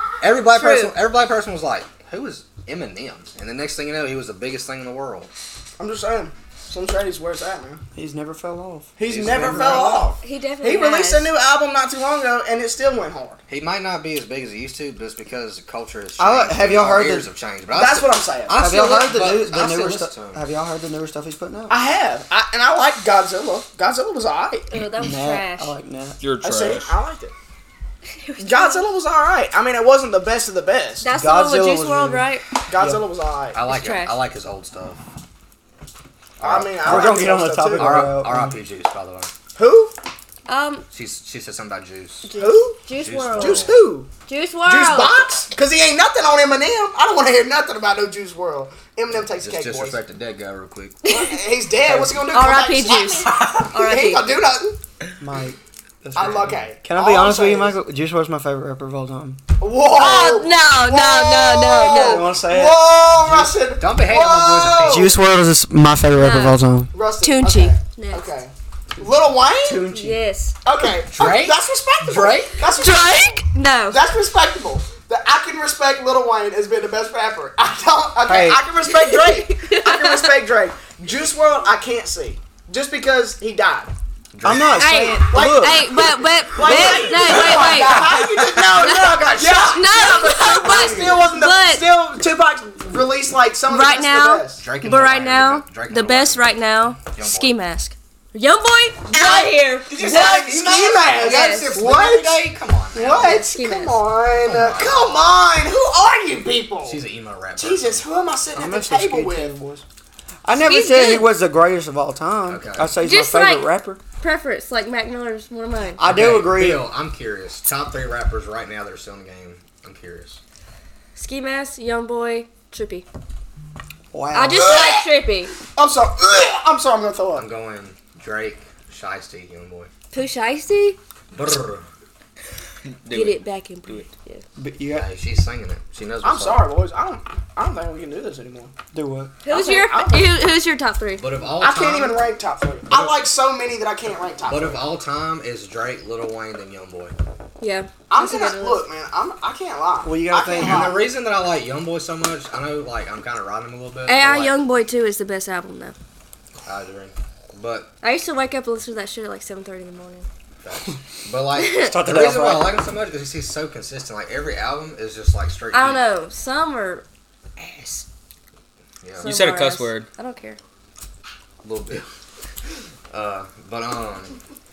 Speaker 1: every black
Speaker 4: True.
Speaker 1: person, every black person was like, "Who is Eminem?" And the next thing you know, he was the biggest thing in the world.
Speaker 2: I'm just saying. Slim Shady's where it's at, man.
Speaker 5: He's never fell off.
Speaker 2: He's,
Speaker 1: He's
Speaker 2: never,
Speaker 1: never
Speaker 2: fell
Speaker 1: fell
Speaker 2: off.
Speaker 4: He definitely.
Speaker 2: He released
Speaker 4: has.
Speaker 2: a new album not too long ago, and it still went hard.
Speaker 1: He might not be as big as he used to, but it's because the culture has changed.
Speaker 5: I- have y'all
Speaker 1: Our
Speaker 5: heard
Speaker 1: ears
Speaker 5: that-
Speaker 1: have changed? But I
Speaker 2: That's
Speaker 1: still-
Speaker 2: what I'm saying.
Speaker 1: I
Speaker 2: I,
Speaker 5: Have y'all
Speaker 1: still
Speaker 5: heard the
Speaker 1: like-
Speaker 5: new,
Speaker 1: I
Speaker 5: the
Speaker 1: still
Speaker 5: newer
Speaker 1: listen to
Speaker 5: stuff?
Speaker 1: him.
Speaker 5: Have y'all heard the newer stuff he's putting out?
Speaker 2: have, I, and I like Godzilla. Godzilla was alright.
Speaker 4: Oh, that was
Speaker 5: Nah,
Speaker 4: trash.
Speaker 5: I
Speaker 2: uh,
Speaker 5: like Nat.
Speaker 3: You're
Speaker 2: I
Speaker 3: trash.
Speaker 2: said I liked it. Godzilla was alright. I mean, it wasn't the best of the best.
Speaker 4: That's the one with
Speaker 5: Godzilla
Speaker 4: Juice
Speaker 5: was
Speaker 4: World,
Speaker 5: really-
Speaker 4: right?
Speaker 2: Godzilla was alright.
Speaker 1: I like
Speaker 4: It's
Speaker 1: it.
Speaker 4: trash.
Speaker 1: I like his old stuff.
Speaker 2: I mean, I
Speaker 5: We're
Speaker 2: like
Speaker 5: gonna
Speaker 2: his
Speaker 5: get on
Speaker 2: old
Speaker 5: the
Speaker 2: stuff, too.
Speaker 5: topic.
Speaker 1: R-
Speaker 5: Well,
Speaker 1: R.I.P. Juice, by the way.
Speaker 2: Who?
Speaker 4: Um,
Speaker 1: She's, she said something about juice.
Speaker 4: Juice, Oh.
Speaker 2: Who?
Speaker 4: Juice,
Speaker 1: Juice
Speaker 4: World.
Speaker 1: WRLD.
Speaker 2: Juice who?
Speaker 4: Juice World.
Speaker 2: Juice box? Cause he ain't nothing on Eminem. I don't want to hear nothing about no Juice World. Eminem takes
Speaker 1: Just
Speaker 2: cake, boys.
Speaker 1: disrespect the dead guy real quick.
Speaker 2: He's dead. What's he gonna do? Come back
Speaker 4: R.I.P.
Speaker 2: and slap
Speaker 4: Juice.
Speaker 2: me? He ain't
Speaker 4: R.I.P.
Speaker 2: gonna do nothing.
Speaker 5: Mike. That's
Speaker 2: I
Speaker 5: right.
Speaker 2: love okay.
Speaker 5: Can I be
Speaker 2: All
Speaker 5: honest
Speaker 2: I'm
Speaker 5: with you,
Speaker 2: saying
Speaker 5: Michael? Juice WRLD's my favorite rapper of all time.
Speaker 2: is- Whoa!
Speaker 4: Oh no, no, no, no,
Speaker 5: You
Speaker 4: no.
Speaker 5: wanna say it?
Speaker 2: Whoa, Rustin!
Speaker 1: Don't be hating on boys and
Speaker 2: Whoa.
Speaker 5: Juice WRLD is my favorite rapper of all time.
Speaker 2: Rustin.
Speaker 4: Tunchi.
Speaker 2: Okay.
Speaker 4: Next.
Speaker 2: okay. Lil Wayne.
Speaker 5: Tunchi.
Speaker 4: Yes.
Speaker 2: Okay.
Speaker 1: Drake?
Speaker 2: That's respectable.
Speaker 1: Drake?
Speaker 2: That's respectable.
Speaker 4: Drake? No.
Speaker 2: That's respectable. That I can respect Lil Wayne as being the best rapper. I don't. Okay,
Speaker 5: Hey.
Speaker 2: I can respect Drake. I can respect Drake. Juice World, I can't see just because he died.
Speaker 5: I'm not
Speaker 4: Hey,
Speaker 5: saying.
Speaker 2: Like,
Speaker 5: Look,
Speaker 4: Hey, but but but
Speaker 2: Wait, wait.
Speaker 4: no, wait, wait.
Speaker 2: How you just no? No, I got shot.
Speaker 4: No, no,
Speaker 2: Still wasn't the
Speaker 4: but-
Speaker 2: still Tupac released like some of the
Speaker 4: Right
Speaker 2: best
Speaker 4: now,
Speaker 2: of the best.
Speaker 1: Drake and
Speaker 4: But
Speaker 1: Lil
Speaker 4: right
Speaker 1: Wayne.
Speaker 4: now,
Speaker 1: Drake and
Speaker 4: the
Speaker 1: Lil
Speaker 4: best
Speaker 1: Wayne.
Speaker 4: right now,
Speaker 1: Young
Speaker 4: ski
Speaker 1: boy.
Speaker 4: mask. Young boy, out here.
Speaker 2: Just like ski mask.
Speaker 4: Yes.
Speaker 2: That's it.
Speaker 1: Every
Speaker 2: What?
Speaker 1: day? Come on. man.
Speaker 2: What?
Speaker 4: Ski
Speaker 2: Come
Speaker 4: mask.
Speaker 2: on, uh, come on. Who are you people?
Speaker 1: She's an emo rapper.
Speaker 2: Jesus, who am I sitting
Speaker 5: I'm
Speaker 2: at the
Speaker 5: actually
Speaker 2: table
Speaker 5: scared
Speaker 2: with?
Speaker 5: boys. I never
Speaker 4: He's
Speaker 5: said he
Speaker 4: good.
Speaker 5: was the greatest of all time.
Speaker 1: Okay.
Speaker 5: I say he's
Speaker 4: Just
Speaker 5: my favorite
Speaker 4: like-
Speaker 5: rapper.
Speaker 4: Preference, like Mac Miller's one of mine.
Speaker 5: I do
Speaker 1: Okay,
Speaker 5: agree.
Speaker 1: Bill, I'm curious. Top three rappers right now that are still in the game. I'm curious.
Speaker 4: Ski mask, young boy, trippy.
Speaker 5: Wow.
Speaker 4: I just like trippy.
Speaker 2: I'm sorry. I'm sorry. I'm gonna throw
Speaker 1: I'm
Speaker 2: up.
Speaker 1: going Drake, Shiesty, YoungBoy.
Speaker 4: Pooh Shiesty,
Speaker 1: Brr.
Speaker 3: Do
Speaker 4: get
Speaker 3: it.
Speaker 4: it back in. Do it.
Speaker 5: But you got
Speaker 1: Hey, she's singing it. She knows.
Speaker 2: I'm
Speaker 1: What's up.
Speaker 2: sorry, boys. I don't. I don't think we can do this anymore.
Speaker 5: do what?
Speaker 4: Who's
Speaker 2: Okay,
Speaker 4: your
Speaker 2: I'll-
Speaker 4: who, Who's your top three?
Speaker 1: But of all
Speaker 2: I
Speaker 1: time,
Speaker 2: can't even rank top three. I like so many that I can't rank top
Speaker 1: But
Speaker 2: three.
Speaker 1: of all time, is Drake, Little Wayne, and YoungBoy.
Speaker 4: Yeah.
Speaker 2: I'm
Speaker 4: that's a good
Speaker 2: gonna
Speaker 4: one.
Speaker 2: look, man. I'm. I can't lie.
Speaker 5: Well, you gotta
Speaker 2: I can't
Speaker 5: think-
Speaker 2: lie.
Speaker 1: And the reason that I like YoungBoy so much, I know like I'm kind of riding him a little bit. but,
Speaker 4: AI
Speaker 1: like,
Speaker 4: Young Boy Two is the best album though.
Speaker 1: I agree. But
Speaker 4: I used to wake up and listen to that shit at like seven thirty in the morning.
Speaker 1: but like
Speaker 5: Start
Speaker 1: the
Speaker 5: the day
Speaker 1: reason
Speaker 5: off
Speaker 1: why I
Speaker 5: right.
Speaker 1: like him so much is he's so consistent. Like every album is just like straight.
Speaker 4: I don't
Speaker 1: heat.
Speaker 4: know. Some are ass.
Speaker 1: Yeah.
Speaker 4: Some
Speaker 1: You
Speaker 3: said a
Speaker 4: are
Speaker 3: cuss
Speaker 4: ass.
Speaker 3: word.
Speaker 4: I don't care.
Speaker 1: A little bit. Uh, but um,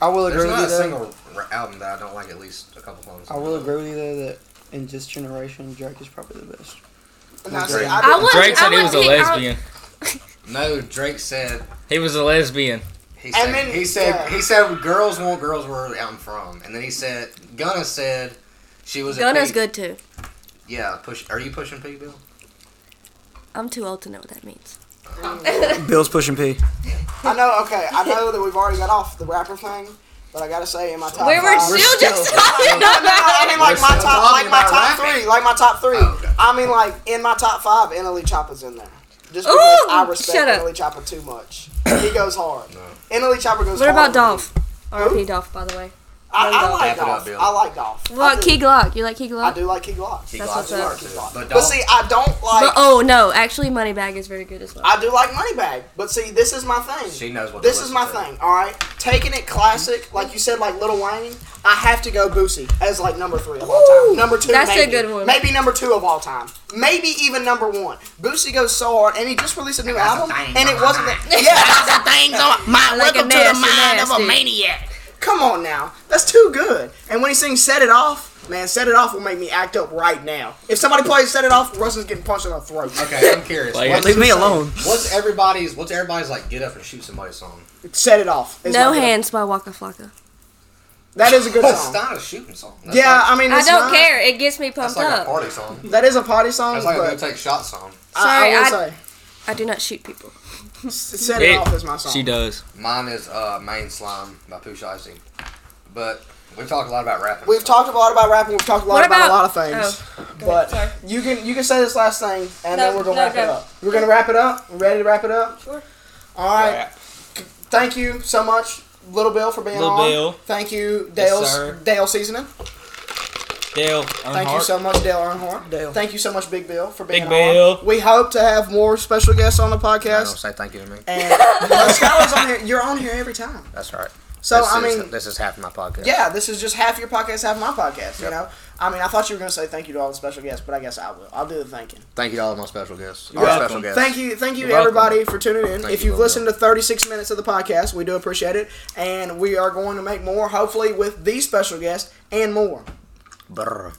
Speaker 5: I will
Speaker 1: there's
Speaker 5: agree
Speaker 1: not a
Speaker 5: with you.
Speaker 1: single
Speaker 5: Though.
Speaker 1: ra- album that I don't like at least a couple songs.
Speaker 5: I will agree with you though that in this generation, Drake is probably the best.
Speaker 2: Now, see,
Speaker 1: Drake.
Speaker 2: I
Speaker 4: I
Speaker 2: don't-
Speaker 4: would-
Speaker 3: Drake said he
Speaker 4: would
Speaker 3: was a
Speaker 4: pick- I would-
Speaker 3: lesbian.
Speaker 1: No, Drake said
Speaker 3: He was a lesbian.
Speaker 1: he
Speaker 2: And
Speaker 1: said
Speaker 2: then-
Speaker 1: he said
Speaker 2: yeah.
Speaker 1: he said girls want girls where I'm from, and then he said Gunna said she was. a
Speaker 4: Gunna's
Speaker 1: pig.
Speaker 4: good too.
Speaker 1: Yeah, push. Are you pushing pig Bill?
Speaker 4: I'm too old to know what that means.
Speaker 5: Bill's pushing P.
Speaker 2: I know. Okay, I know that we've already got off the rapper thing, but I gotta say in my top.
Speaker 4: We were
Speaker 2: five-
Speaker 4: still just
Speaker 2: No,
Speaker 4: talking
Speaker 2: no, no,
Speaker 4: about
Speaker 2: I mean like
Speaker 1: We're
Speaker 2: my
Speaker 1: still
Speaker 2: top, like
Speaker 1: talking
Speaker 2: my
Speaker 1: about
Speaker 2: top
Speaker 1: rapping.
Speaker 2: three, like my top three.
Speaker 1: Oh, okay.
Speaker 2: I mean like in my top five, Emily Choppa's in there. Just because
Speaker 4: Ooh,
Speaker 2: I respect
Speaker 4: shut up.
Speaker 2: Emily Choppa too much. He goes hard.
Speaker 1: No.
Speaker 2: Emily Choppa goes
Speaker 4: What
Speaker 2: hard.
Speaker 4: about Dolph? R.P. Dolph, by the way.
Speaker 2: I, I
Speaker 4: Dolph?
Speaker 2: like
Speaker 1: Wrap it up,
Speaker 2: Dolph.
Speaker 1: Bill.
Speaker 2: I like Dolph.
Speaker 4: What
Speaker 2: I
Speaker 4: about
Speaker 2: do.
Speaker 4: Key Glock? You like Key Glock?
Speaker 2: I do like Key Glock.
Speaker 1: He
Speaker 4: That's
Speaker 1: glossed
Speaker 4: what's
Speaker 1: it
Speaker 4: up.
Speaker 1: too.
Speaker 2: But,
Speaker 1: But,
Speaker 2: see, I don't
Speaker 4: But
Speaker 2: like.
Speaker 4: oh no, actually, Moneybag is very good as well.
Speaker 2: I do like Moneybag, but see, this is my thing.
Speaker 1: She knows what to
Speaker 2: This
Speaker 1: listen
Speaker 2: is my
Speaker 1: to.
Speaker 2: thing. All right, taking it classic, like you said, like Little Wayne. I have to go Boosie as like number three of all time. Number two,
Speaker 4: that's a
Speaker 2: maybe.
Speaker 4: good one.
Speaker 2: Maybe number two of all time. Maybe even number one. Boosie goes so hard, and he just released a new album, and it wasn't. That, yeah,
Speaker 4: I like a nasty, nasty.
Speaker 2: come on now, that's too good. And when he sings "Set It Off," man, "Set It Off" will make me act up right now. If somebody plays "Set It Off," Russell's getting punched in the throat.
Speaker 1: Okay, I'm curious.
Speaker 3: Like-
Speaker 1: what's,
Speaker 5: Leave me alone.
Speaker 1: what's everybody's? What's everybody's like? Get up and shoot somebody song.
Speaker 2: "Set It Off." is
Speaker 4: No
Speaker 2: my-
Speaker 4: hands by Waka Flocka.
Speaker 2: That is a good
Speaker 1: That's
Speaker 2: song.
Speaker 1: not a shooting song. That's
Speaker 2: Yeah,
Speaker 1: like,
Speaker 2: I mean,
Speaker 4: I
Speaker 2: it's not-
Speaker 4: don't care. It gets me pumped
Speaker 1: that's like a
Speaker 4: up.
Speaker 1: party song.
Speaker 2: That is a party song,
Speaker 1: That's like a
Speaker 2: but
Speaker 1: go take shot song.
Speaker 2: I, I will
Speaker 4: Sorry,
Speaker 2: say,
Speaker 4: I do not shoot people.
Speaker 2: set it,
Speaker 3: It-
Speaker 2: off is my song.
Speaker 3: She does.
Speaker 1: Mine is uh, Main Slime by Pooh Shiesty. But we've talked a lot about rapping.
Speaker 2: We've talked a lot about rapping. We've talked a lot
Speaker 4: What
Speaker 2: about,
Speaker 4: about- oh,
Speaker 2: a lot of things.
Speaker 4: Go ahead,
Speaker 2: but
Speaker 4: sorry.
Speaker 2: you can you can say this last thing, and
Speaker 4: No,
Speaker 2: then we're gonna
Speaker 4: no,
Speaker 2: wrap it
Speaker 4: go.
Speaker 2: up. We're gonna wrap it up. We Ready to wrap it up?
Speaker 4: Sure.
Speaker 2: All right. Thank you so much, Little Bill, for being
Speaker 3: Lil
Speaker 2: on.
Speaker 3: Bill.
Speaker 2: Thank you,
Speaker 3: Yes,
Speaker 2: Dale's
Speaker 3: sir.
Speaker 2: Dale Seasoning.
Speaker 3: Dale
Speaker 2: Thank you
Speaker 3: Earnhardt.
Speaker 2: so much, Dale Earnhardt.
Speaker 5: Dale.
Speaker 2: Thank you so much, Big Bill, for being
Speaker 3: Big
Speaker 2: on.
Speaker 3: Bill.
Speaker 2: We hope to have more special guests on the
Speaker 1: Don't
Speaker 2: podcast.
Speaker 1: say thank you to me.
Speaker 2: And well, Skylar's on here. You're on here every time.
Speaker 1: That's right.
Speaker 2: So I mean,
Speaker 1: this is half my podcast.
Speaker 2: yeah, this is just half your podcast, half my podcast. You
Speaker 1: Yep.
Speaker 2: know, I mean, I thought you were gonna say thank you to all the special guests, but I guess I will. I'll do the thanking.
Speaker 1: Thank you to all of my special guests.
Speaker 3: You're
Speaker 1: Our
Speaker 3: welcome.
Speaker 1: special guests.
Speaker 2: Thank you, thank you
Speaker 3: You're welcome.
Speaker 2: everybody for tuning in.
Speaker 1: Thank
Speaker 2: if
Speaker 1: you,
Speaker 2: you've
Speaker 1: Will.
Speaker 2: listened to 36 minutes of the podcast, we do appreciate it, and we are going to make more, hopefully with the special guest and more.
Speaker 1: Brr.